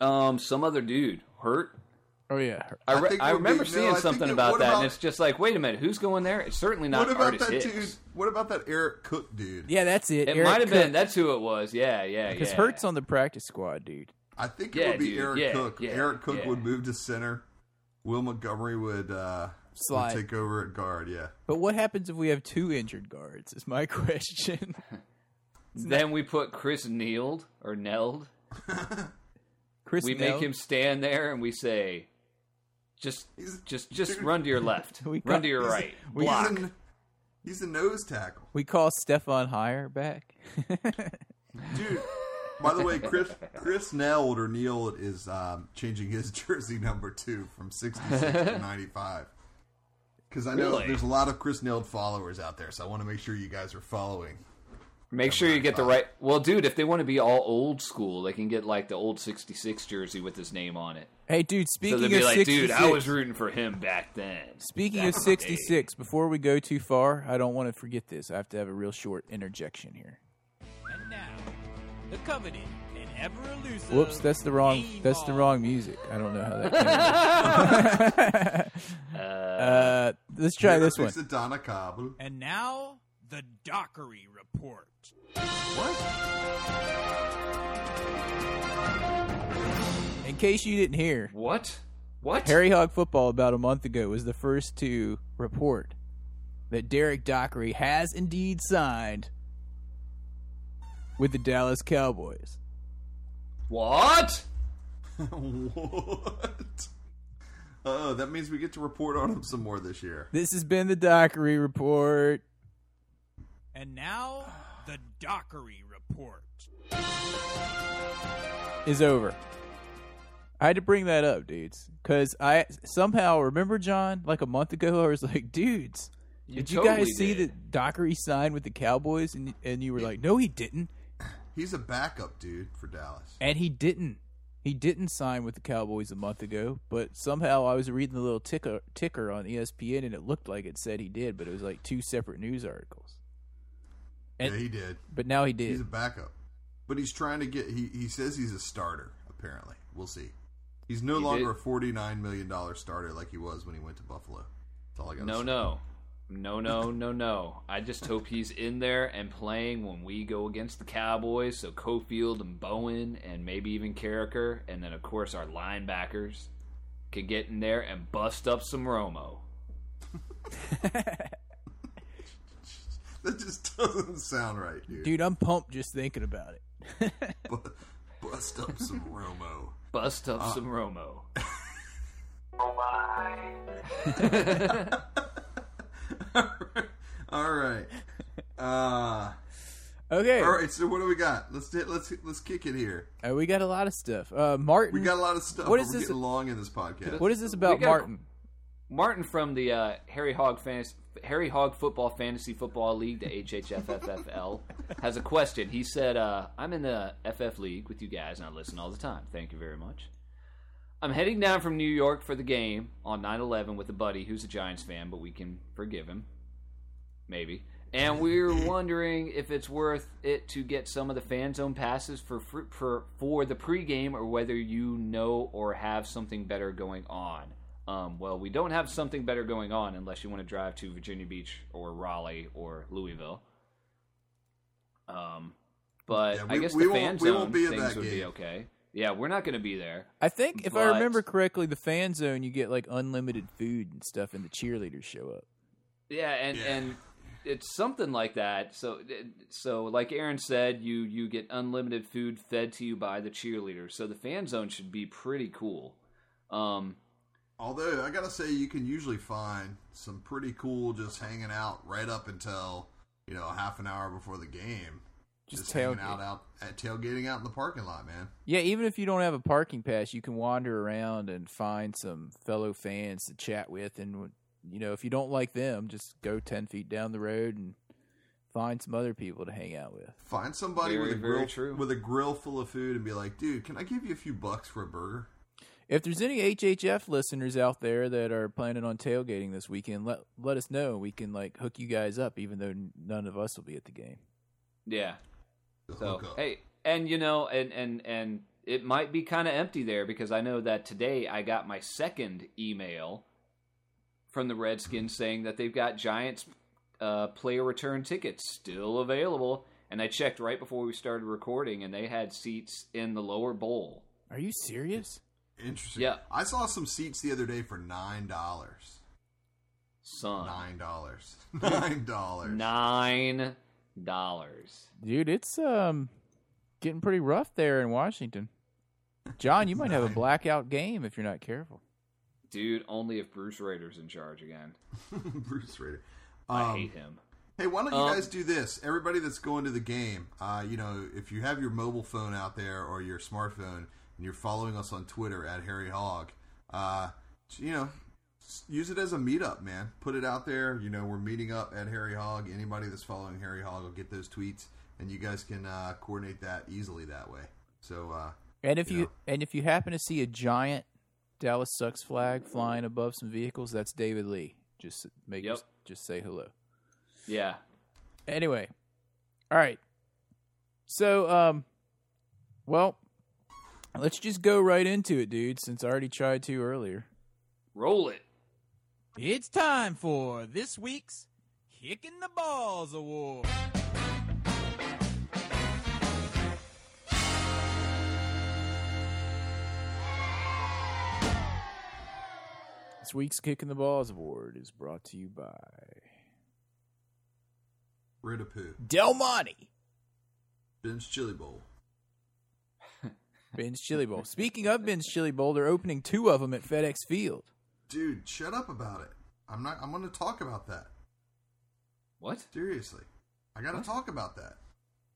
Um, some other dude hurt.
Oh yeah,
I,
I
re-
think
I
it would
remember
be- no, I
seeing
think
something
it-
about
what
that,
about-
and it's just like, wait a minute, who's going there? It's certainly not
What about
artist
that
Hicks.
dude? What about that Eric Cook dude?
yeah, that's it.
It
Eric
might have been.
Cook.
That's who it was. Yeah, yeah,
because
yeah.
Hurt's on the practice squad, dude.
I think it
Yeah,
would be
dude.
Eric
Yeah,
Cook.
yeah,
Eric Cook
yeah.
would move to center. Will Montgomery would, uh,
Slide.
would take over at guard. Yeah.
But what happens if we have two injured guards? Is my <laughs> question.
Then we put Chris Neild or Neld.
Chris,
we
Nell?
make him stand there, and we say, just,
He's-
just, just
dude.
run to your left,
<laughs> We
run
got-
to your
He's a-
right,
he's
block.
a- He's a nose tackle,
We call Stefan Heyer back. <laughs>
dude. By the way, Chris Chris Neld or Neil is um, changing his <laughs> jersey number two from sixty six
<laughs>
to ninety five. Because I know
Really?
there's a lot of Chris Neld followers out there, so I want to make sure you guys are following.
Make sure you get the right. Well, dude, if they want to be all old school, they can get like the old '66 jersey with his name on it.
hey, dude.
So
Speaking
they'd
of
be like,
sixty-six,
dude, I was rooting for him back then.
speaking
Back
of
in the day.
sixty-six, before we go too far, I don't want to forget this. I have to have a real short interjection here.
And now, the coveted and ever elusive.
Whoops, that's the wrong. That's the
Avon.
wrong music. I don't know how that.
<laughs>
Came uh, let's try this one.
It's a Donna Cobb.
And now, the Dockery Report.
In case you didn't hear,
what? What?
Harry Hog Football about a month ago was the first to report that Derek Dockery has indeed signed with the Dallas Cowboys.
What?
<laughs> what? Oh, that means we get to report on him some more this year.
This has been the Dockery report.
And now, the Dockery Report.
is over. I had to bring that up, dudes, because I somehow remember John like a month ago. I was like, dudes,
You
did you
totally
guys see
did.
that Dockery signed with the Cowboys? And and you were like, no, he didn't,
He's a backup dude for Dallas.
and he didn't. He didn't sign with the Cowboys a month ago, but somehow I was reading the little ticker ticker on E ESPN, and it looked like it said he did, but it was like two separate news articles. And
yeah, he did.
but now he
He's
did.
a backup, but he's trying to get. He he says he's a starter. Apparently, we'll see. He's no
He
longer
did-
a forty nine million dollar starter like he was when he went to Buffalo. That's all I got.
No, no. No, no, no, no. I just hope he's in there and playing when we go against the Cowboys. So Cofield and Bowen and maybe even Carricker. And then, of course, our linebackers can get in there and bust up some Romo.
<laughs> That just doesn't sound right, dude.
Dude, I'm pumped just thinking about it.
Bu- bust up some Romo. <laughs>
Bust up some Romo.
all right. Uh,
Okay,
all right. So what do we got? Let's hit, let's let's kick it here.
uh, we got a lot of stuff. Uh, Martin,
We
Mm.
got a lot of stuff.
What
but
is
we're
this-
Getting long in this podcast.
What is this about
We got-
Martin?
Martin from the uh, Harry Hog Fantasy, Harry Hog Football Fantasy Football League, the HHFFFL, has a question. He said, uh, "I'm in the FF League with you guys, and I listen all the time. Thank you very much. I'm heading down from New York for the game on 9/11 with a buddy who's a Giants fan, but we can forgive him, maybe.
<clears throat>
And we're wondering if it's worth it to get some of the fan zone passes for for, for, for the pregame, or whether you know or have something better going on. Um, well, we don't have something better going on unless you want to drive to Virginia Beach or Raleigh or Louisville. Um, but
Yeah,
I
we-
guess
we
the
won't-
fan
we
zone
won't be at
things
that
would be
game.
okay. Yeah, we're not going to be there.
I think if I
But-
remember correctly, the fan zone you get like unlimited food and stuff, and the cheerleaders show up.
Yeah, and and it's something like that. So so like Aaron said, you you get unlimited food fed to you by the cheerleaders. So the fan zone should be pretty cool. Um,
Although I gotta say, you can usually find some pretty cool just hanging out right up until you know half an hour before the game.
Just
hanging
tailgate.
out out at tailgating out in the parking lot, man.
Yeah, even if you don't have a parking pass, you can wander around and find some fellow fans to chat with, and you know if you don't like them, just go ten feet down the road and find some other people to hang out with.
Find somebody
Very,
with a
very
grill
true.
with a grill full of food and be like, "Dude, can I give you a few bucks for a burger?"
If there's any HHF listeners out there that are planning on tailgating this weekend, let let us know. We can like hook you guys up, even though none of us will be at the game.
Yeah.
The
So
hookup.
hey, and you know, and and and it might be kind of empty there because I know that today I got my second email from the Redskins saying that they've got Giants uh, player return tickets still available, and I checked right before we started recording, and they had seats in the lower bowl.
Are you serious?
Interesting.
Yeah.
I saw some seats the other day for nine dollars.
Son,
Nine dollars. <laughs> Nine dollars.
nine dollars.
Dude, it's um getting pretty rough there in Washington. John, you might have a <laughs>
Nine.
blackout game if you're not careful.
Dude, only if Bruce Rader's in charge again.
<laughs> Bruce Raider.
I
Um,
hate him.
Hey, why don't you
Um,
guys do this? Everybody that's going to the game, uh, you know, if you have your mobile phone out there or your smartphone and you're following us on Twitter at Harry Hogg, uh, you know, s- use it as a meetup, man. Put it out there. You know, we're meeting up at Harry Hogg. Anybody that's following Harry Hogg will get those tweets, and you guys can uh, coordinate that easily that way. So, uh,
And if
You
you,
know.
and if you happen to see a giant Dallas sucks flag flying above some vehicles, that's David Lee. Just make
Yep.
just say hello.
Yeah.
Anyway, all right. So, um, well, let's just go right into it, dude. Since I already tried to earlier.
Roll it.
It's time for this week's Kicking the Balls Award.
This week's kicking the balls award is brought to you by
rid of poo.
Del Monte.
Ben's Chili Bowl.
Ben's Chili Bowl. Speaking of Ben's Chili Bowl, they're opening two of them at FedEx Field.
Dude, shut up about it. I'm not. I'm going to talk about that.
What?
Seriously, I got to talk about that.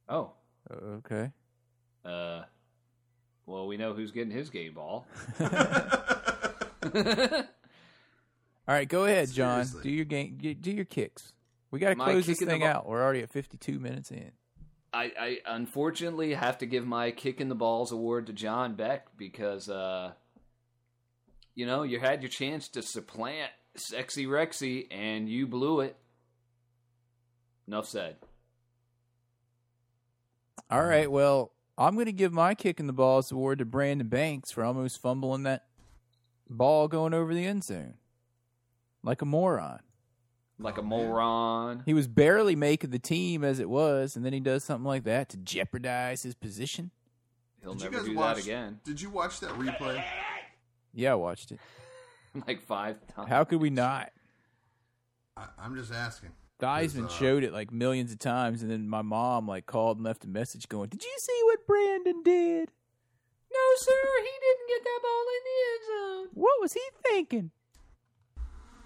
Oh.
Okay.
Uh, well, we know who's getting his
<laughs>
game ball.
All right, go ahead, John.
Seriously.
Do your game. y- Do your kicks. We got to
My
close this
kick in the
thing
ball-
out. We're already at fifty-two minutes in.
I, I unfortunately have to give my kick in the balls award to John Beck because, uh, you know, you had your chance to supplant Sexy Rexy and you blew it. Enough said.
All right. Well, I'm going to give my kick in the balls award to Brandon Banks for almost fumbling that ball going over the end zone like a moron.
Like
Oh,
a moron.
He was barely making the team as it was, and then he does something like that to jeopardize his position.
He'll
Did you
never
guys
do
watch-
that again. <laughs>
Did you watch that replay?
Yeah, I watched it.
like five times.
How could we not?
I, I'm just asking.
Theismann
There's, uh,
showed it like millions of times, and then my mom like called and left a message going, "Did you see what Brandon did?
No, sir, he didn't get that ball in the end zone.
What was he thinking?"
<sighs>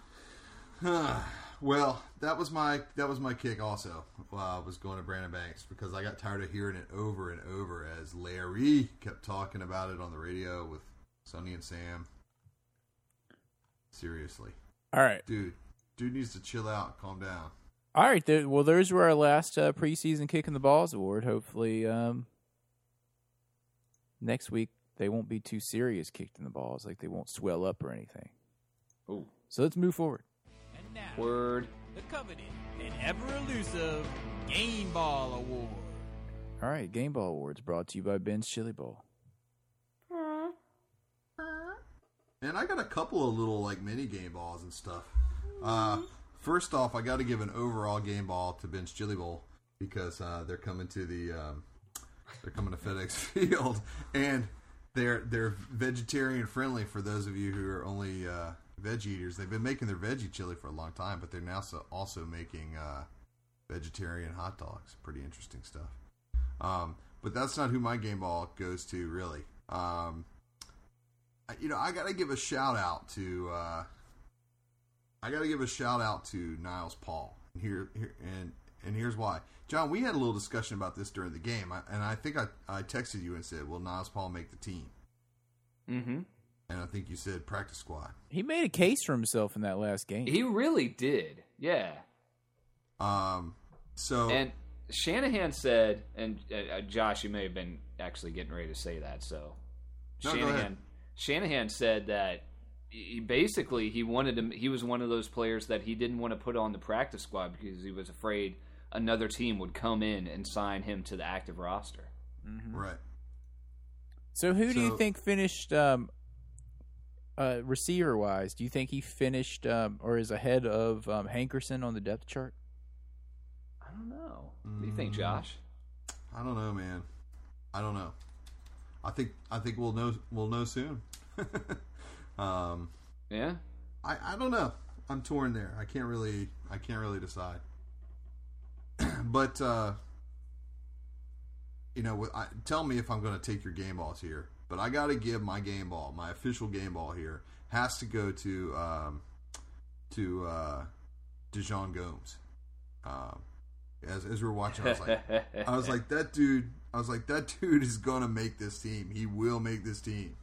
well, that was my that was my kick. Also, uh, was going to Brandon Banks because I got tired of hearing it over and over as Larry kept talking about it on the radio with Sonny and Sam. Seriously,
All right,
dude, dude needs to chill out, calm down.
all right. There, well, those were our last uh, preseason kick in the balls award. Hopefully, um, next week they won't be too serious kicked in the balls, like they won't swell up or anything.
Ooh,
So let's move forward.
And now,
word.
the coveted and ever elusive Game Ball Award.
All right, Game Ball Awards brought to you by Ben's Chili Bowl.
And I got a couple of little like mini game balls and stuff. Uh, first off, I got to give an overall game ball to Ben's Chili Bowl because uh, they're coming to the um, they're coming to FedEx <laughs> Field and they're they're vegetarian friendly for those of you who are only uh, veg eaters. They've been making their veggie chili for a long time, but they're now so also making uh, vegetarian hot dogs. Pretty interesting stuff. Um, but that's not who my game ball goes to really. Um, I- you know, I gotta give a shout out to uh, I gotta give a shout out to Niles Paul. And here, here and and here's why, John. We had a little discussion about this during the game, I, and I think I, I texted you and said, "Will Niles Paul make the team?"
Mm-hmm.
And I think you said practice squad.
He made a case for himself in that last game.
He really did. Yeah.
Um, so
And Shanahan said, and uh, uh, Josh, you may have been actually getting ready to say that. So
No, go
Shanahan
ahead.
Shanahan said that he, basically he wanted to. He was one of those players that he didn't want to put on the practice squad because he was afraid another team would come in and sign him to the active roster.
Right.
So who do you
So-
think finished um, uh, receiver wise? Do you think he finished um, or is ahead of um, Hankerson on the depth chart?
I don't know. What do you
Mm.
think, Josh?
I don't know, man. I don't know. I think I think we'll know we'll know soon. <laughs> um,
Yeah.
I I don't know. I'm torn there. I can't really I can't really decide. <clears throat> but uh, you know, I, tell me if I'm going to take your game balls here. But I got to give my game ball, my official game ball here, has to go to um, to uh, Dejon Gomes. Um, as as we were watching, I was like, I was like, that dude. I was like, that dude is gonna make this team. He will make this team.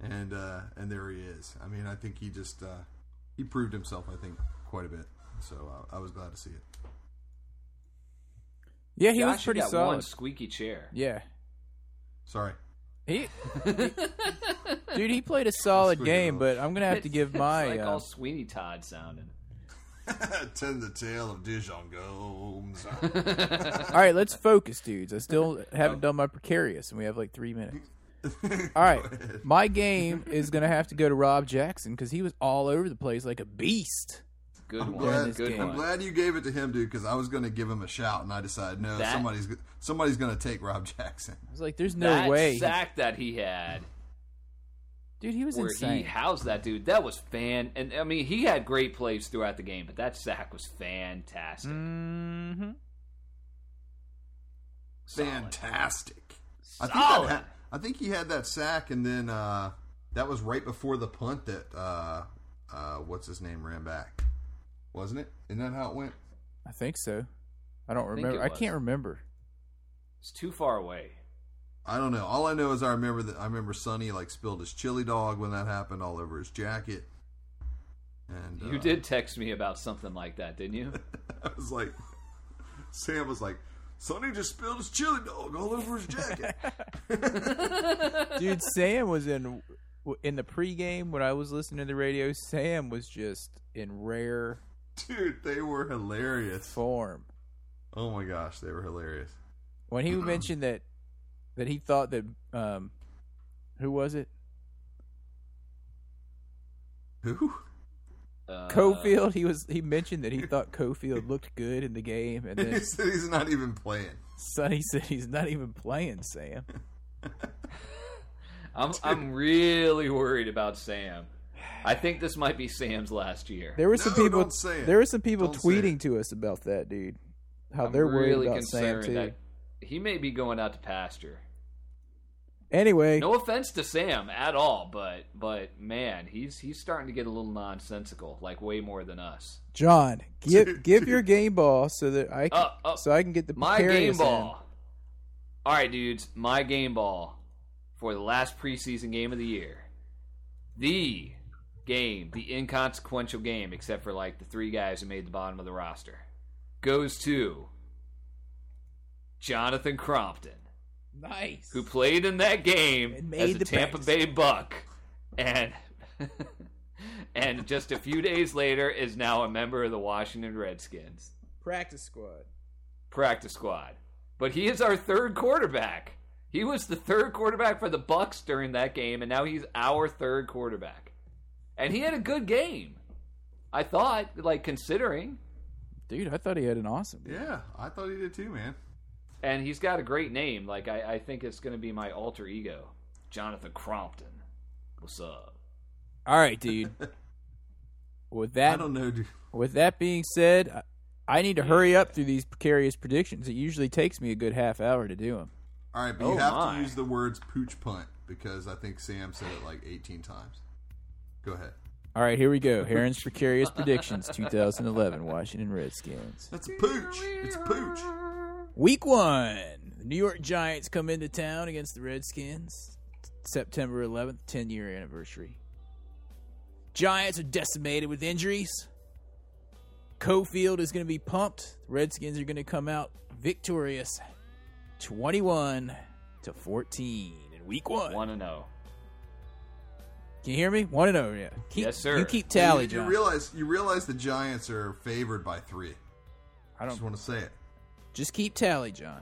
And uh, and there he is. I mean, I think he just uh, he proved himself. I think quite a bit. So uh, I was glad to see it.
Yeah, he
Josh,
was pretty
you got
solid.
one squeaky chair.
Yeah.
Sorry. <laughs>
<laughs>
He, dude, he played a solid
Squeaky
game,
wheel.
but I'm gonna have to give
<laughs>
<laughs>
It's
my
like
um,
all Sweeney Todd sounding.
Tend the tale of Dijon Gomes.
<laughs>
All right, let's focus, dudes. I still haven't done my precarious, and we have like three minutes. All
<laughs>
right, my game is gonna have to go to Rob Jackson because he was all over the place like a beast.
Good
I'm
one.
glad,
Good
I'm
one.
glad you gave it to him, dude, because I was going to give him a shout, and I decided no,
That-
somebody's somebody's going to take Rob Jackson.
I was like, "There's no
that
way,
sack that he had,
dude. He was
where he
insane."
housed that dude, that was fan. And I mean, he had great plays throughout the game, but that sack was fantastic.
hmm
Solid.
Fantastic. I think,
Solid.
that ha- I think he had that sack, and then uh, that was right before the punt that uh, uh, what's his name ran back, wasn't it? Isn't that how it went?
I think so. I don't
think
remember.
it
I
was.
can't remember.
It's too far away.
I don't know. All I know is I remember that I remember Sonny like spilled his chili dog when that happened all over his jacket. And
You
uh,
did text me about something like that, didn't
<laughs>
you?
<laughs> I was like, Sam was like, Sonny just spilled his chili dog all over his jacket.
<laughs>
<laughs>
Dude, Sam was in in the pregame when I was listening to the radio. Sam was just in rare
Dude, they were hilarious.
form.
Oh my gosh, they were hilarious.
when he mentioned that that he thought that um who was it
Who?
Uh,
Cofield he was he mentioned that he thought Cofield looked good in the game and
<laughs> He
then
said he's not even playing.
Sonny said he's not even playing Sam
I'm I'm really worried about Sam. I think this might be Sam's last year.
there were some
No,
people
don't say it.
there were some people
Don't say
tweeting
it.
to us about that dude how
I'm
they're worried
really
about Sam
concerned
too
that he may be going out to pasture.
anyway
No offense to Sam at all, but but man, he's he's starting to get a little nonsensical, like way more than us.
John give give your game ball so that I can,
Uh, uh,
so I can get the
My game
precarious in.
ball. All right, dudes, my game ball for the last preseason game of the year. The game, the inconsequential game, except for like the three guys who made the bottom of the roster, goes to Jonathan Crompton.
nice
who played in that game
And made
as a
the
Tampa
Bucks.
Bay Buck, and <laughs> and just a few days later is now a member of the Washington Redskins
practice squad
practice squad. But he is our third quarterback. He was the third quarterback for the Bucks during that game, and now he's our third quarterback. And he had a good game, I thought. Like considering,
dude I thought he had an awesome game.
Yeah, I thought he did too, man.
and he's got a great name. Like I, I think it's going to be my alter ego, Jonathan Crompton. What's up?
all right dude with
I
that
don't know, dude.
With that being said, I- I need to hurry up through these precarious predictions. It usually takes me a good half hour to do them.
All right, but
Oh
you have
my.
to use the words pooch punt because I think Sam said it like 18 times. Go ahead.
All right, here we go. Heron's precarious predictions 2011 Washington Redskins.
That's pooch. It's pooch.
Week 1. The New York Giants come into town against the Redskins. September 11th, 10-year anniversary. Giants are decimated with injuries. Cofield is going to be pumped. Redskins are going to come out victorious 21 to 14 in week 1.
oh. One and zero.
Can you hear me? One and over. Yeah. Keep,
Yes, sir.
You keep tally,
you, you
John.
realize you realize the Giants are favored by three.
I
I
don't.
just want to say it.
Just keep tally, John.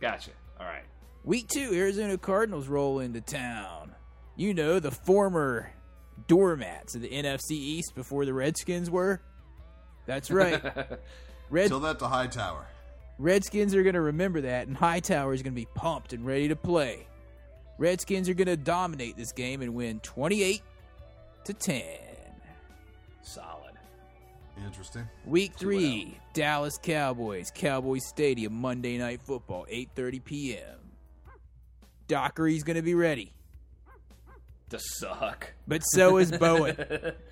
Gotcha. All right.
Week two, Arizona Cardinals roll into town. You know the former doormats of the NFC East before the Redskins were. That's
<laughs>
right. Red
Tell that to Hightower.
Redskins are going to remember that, and Hightower is going to be pumped and ready to play. Redskins are going to dominate this game and win 28 to 10.
Solid.
Interesting.
Week three, Dallas Cowboys, Cowboys Stadium, Monday Night Football, 8:30 p.m. Dockery's going to be ready,
To suck. <laughs>
but so is Bowen.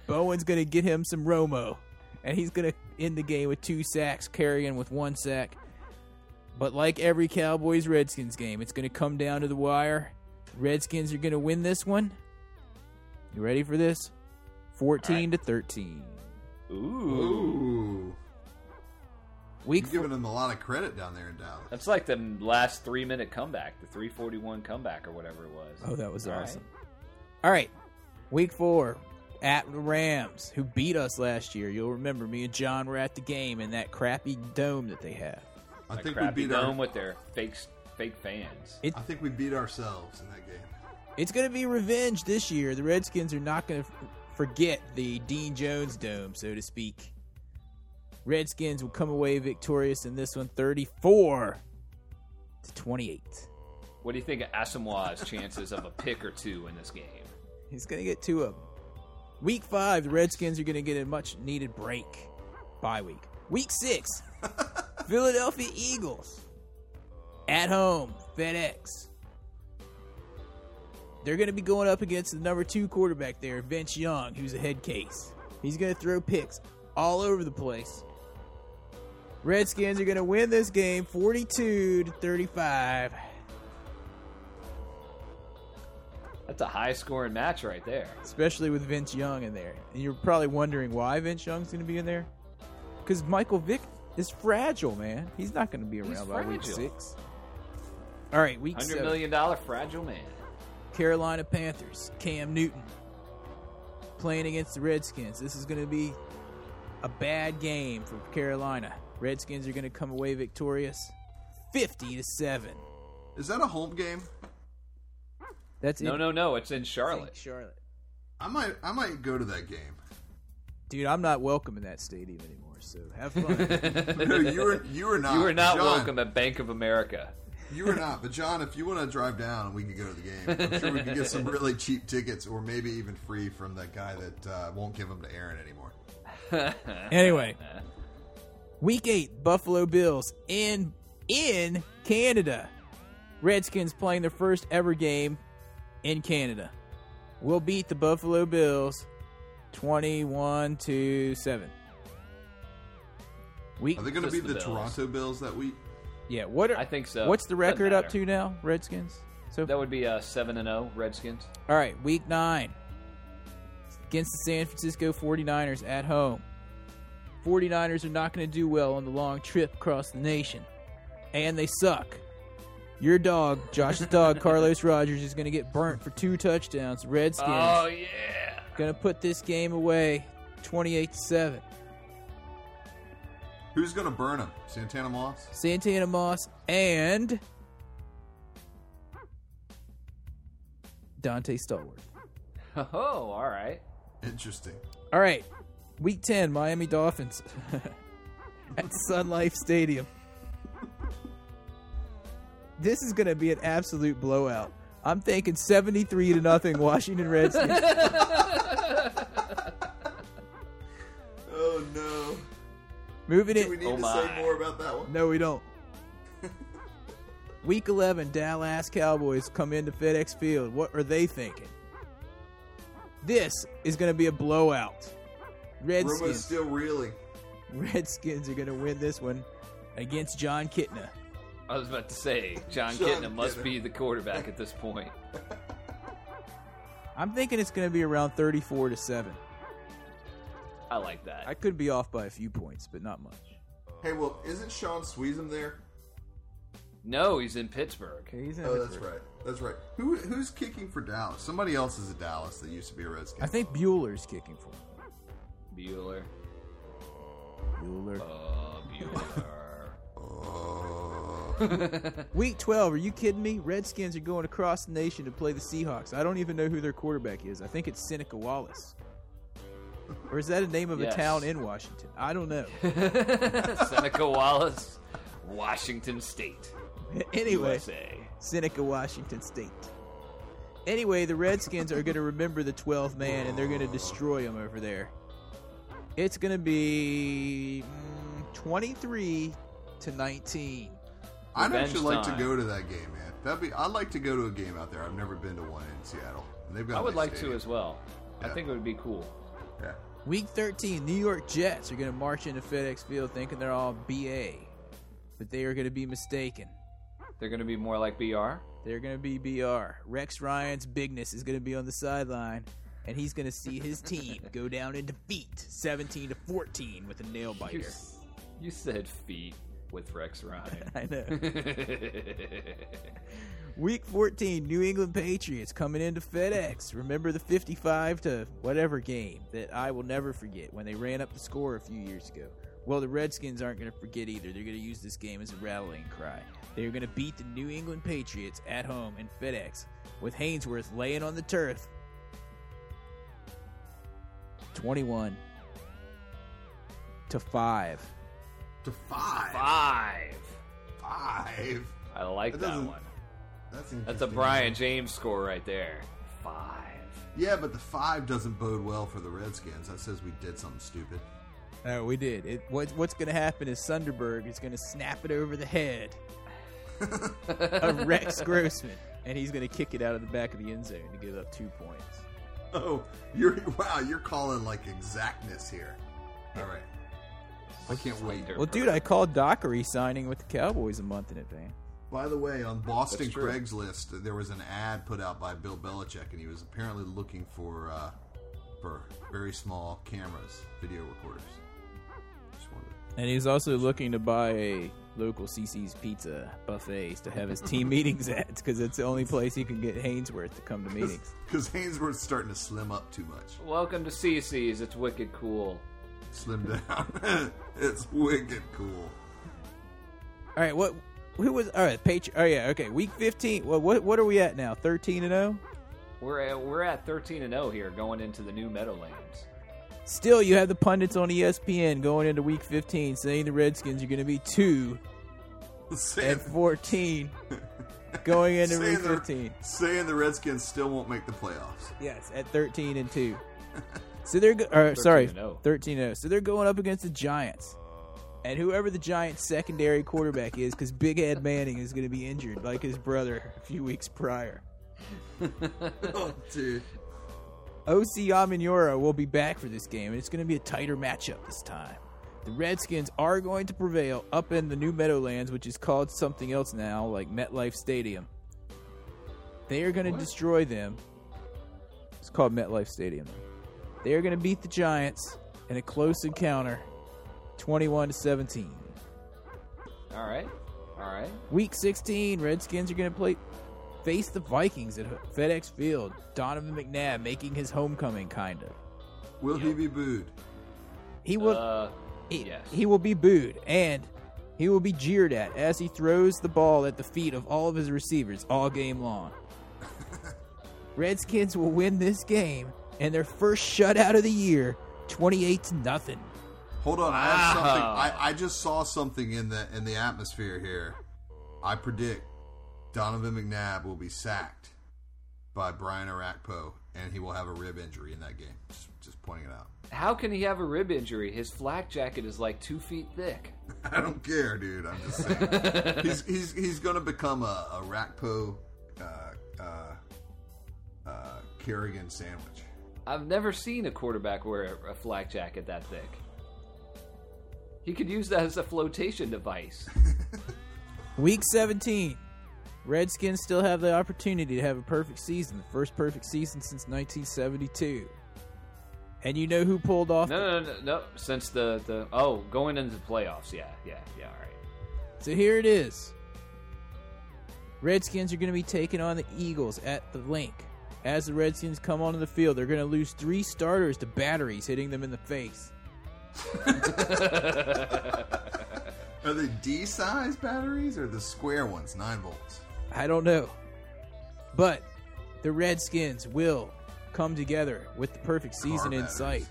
Bowen's going to get him some Romo, and he's going to end the game with two sacks, carrying with one sack. But like every Cowboys Redskins game, it's going to come down to the wire. Redskins are going to win this one. You ready for this? 14 to 13.
Ooh.
Ooh,
Week
you're giving them a lot of credit down there in Dallas.
That's like the last three minute comeback, the 341 comeback or whatever it was.
Oh, that was
All right.
awesome. All right. Week four at the Rams, who beat us last year. You'll remember me and John were at the game in that crappy dome that they have.
I
That
think we
crappy
beat
dome
our,
with their fake fake fans.
It-
I think we beat ourselves in that game.
It's going to be revenge this year. The Redskins are not going to f- forget the Dean Jones dome, so to speak. Redskins will come away victorious in this one 34 to 28.
What do you think of
<laughs>
Asamoah's chances of a pick or two in this game?
He's going to get two of them. Week five, the Redskins are going to get a much needed break. Bye week. Week six, Philadelphia Eagles. At home, FedEx. They're going to be going up against the number two quarterback there, Vince Young, who's a head case. He's going to throw picks all over the place. Redskins are going to win this game 42 to 35.
That's a high scoring match right there.
especially with Vince Young in there. And you're probably wondering why Vince Young's going to be in there because Michael Vick is fragile, man. He's not going to be around
He's
by week
fragile.
six. All right, week
Hundred
seven.
million dollar fragile man.
Carolina Panthers, Cam Newton playing against the Redskins. This is going to be a bad game for Carolina. Redskins are going to come away victorious, fifty to seven.
Is that a home game?
That's
No,
it.
no, no. It's in Charlotte.
Charlotte.
I might I might go to that game.
Dude, I'm not welcome in that stadium anymore. So have
<laughs>
fun.
No, you were you were not.
You are not
John,
welcome at Bank of America.
You were not. But John, if you want to drive down, we could go to the game. I'm sure we could get some really cheap tickets, or maybe even free from that guy that uh, won't give them to Aaron anymore.
<laughs>
<laughs>
Anyway, week eight, Buffalo Bills in in Canada. Redskins playing their first ever game in Canada. We'll beat the Buffalo Bills twenty-one to seven. Week,
Are they going to
Just
be
the
the,
Bills.
Toronto Bills that week?
yeah. What are,
I think so.
What's the
Doesn't
record up
matter.
to now, Redskins? So
That would be uh, seven and zero Redskins.
all right, week nine against the San Francisco 49ers at home. 49ers are not going to do well on the long trip across the nation, and they suck. Your dog, Josh's dog, Carlos Rogers, is going to get burnt for two touchdowns. Redskins
Oh yeah.
going to put this game away, 28 to seven.
Who's going to burn them? Santana Moss.
Santana Moss and Dante Stallworth.
Oh, all right.
Interesting.
All right, week ten, Miami Dolphins <laughs> at Sun Life Stadium. This is going to be an absolute blowout. I'm thinking 73 to nothing, Washington Redskins.
<laughs> Oh no.
Moving
Do we
it.
need
Oh
to
my.
say more about that one?
No, we don't. Week 11, Dallas Cowboys come into FedEx Field. What are they thinking? This is going to be a blowout.
Romo's
Redskins.
still reeling.
Redskins are going to win this one against John Kitna.
I was about to say John,
John
Kitna must
Kitna.
be the quarterback at this point.
I'm thinking it's going to be around 34 to 7.
I like that.
I could be off by a few points, but not much.
Hey, well, isn't Sean Sweezum there?
No, he's in Pittsburgh.
He's in
Oh,
it
that's
for-
right. That's right. Who who's kicking for Dallas? Somebody else is a Dallas that used to be a Redskin.
I think Bueller's kicking for him.
Bueller.
Bueller.
Uh, Bueller.
Week 12, are you kidding me? Redskins are going across the nation to play the Seahawks. I don't even know who their quarterback is. I think it's Seneca Wallace. Or is that a name of
Yes.
a town in Washington? I don't
<laughs>
know.
<laughs> Seneca Wallace, Washington State,
anyway,
USA.
Seneca, Washington State. Anyway, the Redskins are going to remember the 12th man and they're going to destroy him over there. It's going to be mm, 23 to 19.
I'd
Revenge
actually like
time.
to go to that game, man. That'd be. I'd like to go to a game out there. I've never been to one in Seattle. And They've got.
I
a
would
nice
like to
stadium.
as well. I
Yeah.
think it would be cool.
Yeah.
Week 13, New York Jets are going to march into FedEx Field thinking they're all BA, but they are going to be mistaken.
They're going to be more like BR.
They're going to be BR. Rex Ryan's bigness is going to be on the sideline, and he's going to see his team go down in defeat 17 to 14 with a nail
You,
biter.
s- you said feet with Rex Ryan.
<laughs>
<laughs>
I know.
That's
Week 14, New England Patriots coming into FedEx. Remember the 55 to whatever game that I will never forget when they ran up the score a few years ago. Well, the Redskins aren't going to forget either. They're going to use this game as a rallying cry. They're going to beat the New England Patriots at home in FedEx with Hainsworth laying on the turf. 21 to 5.
To five.
five.
Five.
I like
That
that
doesn't-
one.
That's
That's a
interesting.
Brian James score right there. Five.
Yeah, but the five doesn't bode well for the Redskins. That says we did something stupid. <laughs>
Oh, we did. It, what, what's going to happen is Sunderberg is going to snap it over the head of <laughs> Rex Grossman, and he's going to kick it out of the back of the end zone to give up two points.
Oh, you're <laughs> wow. You're calling like exactness here. All right. I can't wait.
Slender
Well, dude, I called Dockery signing with the Cowboys a month in advance.
By the way, on Boston
That's true.
Craigslist, there was an ad put out by Bill Belichick, and he was apparently looking for uh, for very small cameras, video recorders. Just wanted
And he's also looking to buy a local CC's Pizza buffet to have his <laughs> team meetings at because it's the only place he can get Hainsworth to come to meetings.
because Hainsworth's starting to slim up too much,
Welcome to CC's. It's wicked cool.
slim down. <laughs> it's wicked cool.
All right, what? Who was? All right, Patri- Oh yeah, okay. Week fifteen. Well, what? What are we at now? Thirteen and oh? zero.
We're at, we're at 13 and 0 here going into the new Meadowlands.
Still, you have the pundits on E ESPN going into Week 15 saying the Redskins are going to be two
Saying,
and 14 going into Week
saying the-
15.
saying the Redskins still won't make the playoffs.
Yes, at 13 and two. So they're go- or, sorry,
13 and oh.
13 and 0. So they're going up against the Giants. And whoever the Giants' secondary quarterback is, because Big Ed Manning is going to be injured like his brother a few weeks prior.
oh, dude.
OC Aminora will be back for this game, and it's going to be a tighter matchup this time. The Redskins are going to prevail up in the New Meadowlands, which is called something else now, like MetLife Stadium. They are going to destroy them. It's called MetLife Stadium. They are going to beat the Giants in a close encounter, 21 to 17.
All right. All right.
Week 16, Redskins are going to play face the Vikings at FedEx Field. Donovan McNabb making his homecoming, kind of.
Will he be booed?
He will.
uh,
He,
Yes.
he will be booed and he will be jeered at as he throws the ball at the feet of all of his receivers all game long. Redskins will win this game and their first shutout of the year, 28 to nothing.
Hold on, I
Ah.
have something.
Wow.
I, I just saw something in the in the atmosphere here. I predict Donovan McNabb will be sacked by Brian Arakpo, and he will have a rib injury in that game. Just, just pointing it out. <laughs>
how can he have a rib injury? His flak jacket is like two feet thick.
I don't care, dude. I'm just
<laughs>
saying. he's he's he's gonna become a, a Arakpo uh, uh, uh, Kerrigan sandwich.
I've never seen a quarterback wear a, a flak jacket that thick. He could use that as a flotation device.
Week 17. Redskins still have the opportunity to have a perfect season, the first perfect season since 1972. And you know who pulled off the-
No, no, no, no. Since the the oh, going into the playoffs, yeah, yeah, yeah. All right.
So here it is. Redskins are going to be taking on the Eagles at the link. As the Redskins come onto the field, they're going to lose three starters to batteries hitting them in the face.
Are they D size batteries or the square ones, 9 volts?
I don't know. But the Redskins will come together with the perfect season in
batteries.
sight.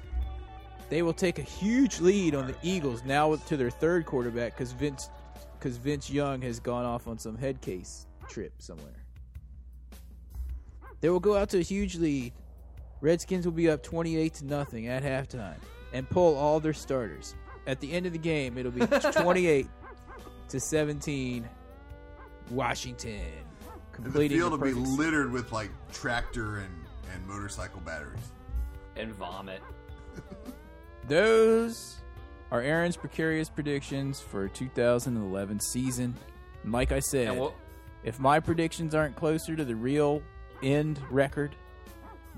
They will take a huge lead on the Eagles now to their third quarterback because Vince, because Vince Young has gone off on some head case trip somewhere. They will go out to a huge lead. Redskins will be up 28 to nothing at halftime and pull all their starters. At the end of the game, it'll be 28 to 17 Washington.
And the
Completing
field will be
perfect-
littered with like tractor and, and motorcycle batteries.
and vomit.
Those are Aaron's precarious predictions for 2011 season. And like I said,
And we'll,
if my predictions aren't closer to the real end record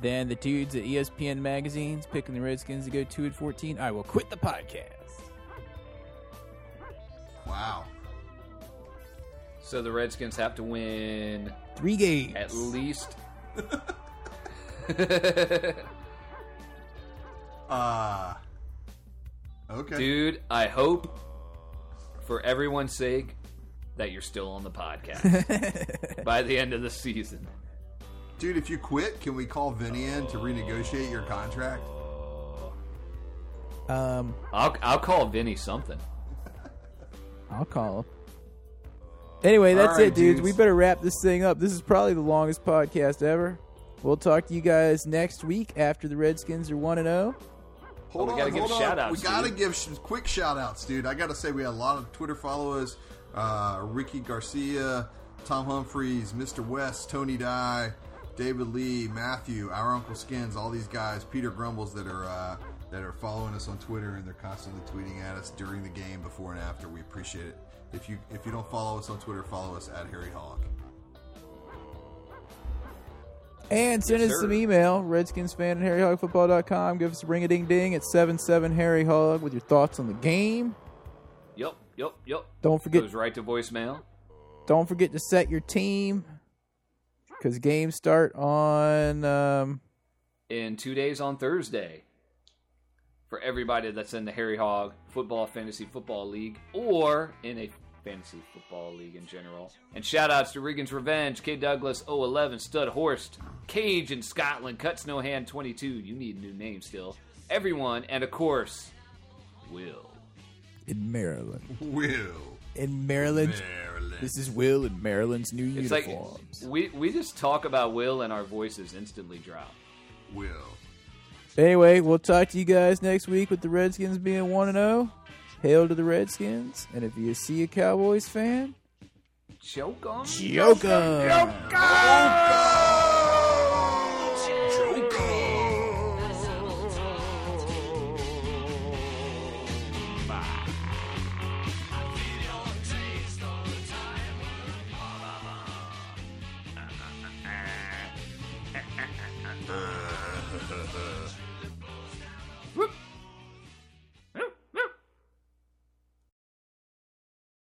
than the dudes at E ESPN magazines picking the Redskins to go 2 and 14, I will quit the podcast.
Wow.
so the Redskins have to win
Three games.
at least.
Uh Okay.
Dude, I hope for everyone's sake that you're still on the
<laughs>
podcast by the end of the season.
Dude, if you quit, can we call Vinny in to renegotiate your contract?
<laughs> Um,
I'll I'll call Vinny something.
I'll call him. Anyway, that's
All right,
it, dudes.
dudes.
We better wrap this thing up. This is probably the longest podcast ever. We'll talk to you guys next week after the Redskins are 1 and oh. 0.
Hold
we gotta give shout-outs,
We gotta
dude.
give sh- quick shout outs, dude. I gotta say, we had a lot of Twitter followers uh, Ricky Garcia, Tom Humphreys, Mr. West, Tony Dye, David Lee, Matthew, our Uncle Skins, all these guys, Peter Grumbles that are. Uh, that are following us on Twitter and they're constantly tweeting at us during the game, before and after. We appreciate it. If you if you don't follow us on Twitter, follow us at Harry Hog.
And send
Yes,
us
sir.
some email, redskinsfan at harryhogfootball.com. Give us a ring a ding ding at 77 Harry Hog with your thoughts on the game.
Yup, yup, yup.
Don't forget
Goes right to voicemail.
don't forget to set your team because games start on. Um,
in two days on Thursday for everybody that's in the Harry Hog Football Fantasy Football League or in a fantasy football league in general. And shout outs to Regan's Revenge, K Douglas 011, Stud Horst, Cage in Scotland, Cuts No Hand 22. You need a new name still. Everyone, and of course, Will.
in Maryland.
Will
In Maryland.
Maryland.
This is Will in Maryland's new
It's
uniforms.
like we, we just talk about Will and our voices instantly drop.
Will.
Anyway, we'll talk to you guys next week with the Redskins being 1 and 0. Hail to the Redskins. And if you see a Cowboys fan,
Choke 'em.
joke 'em.
Go!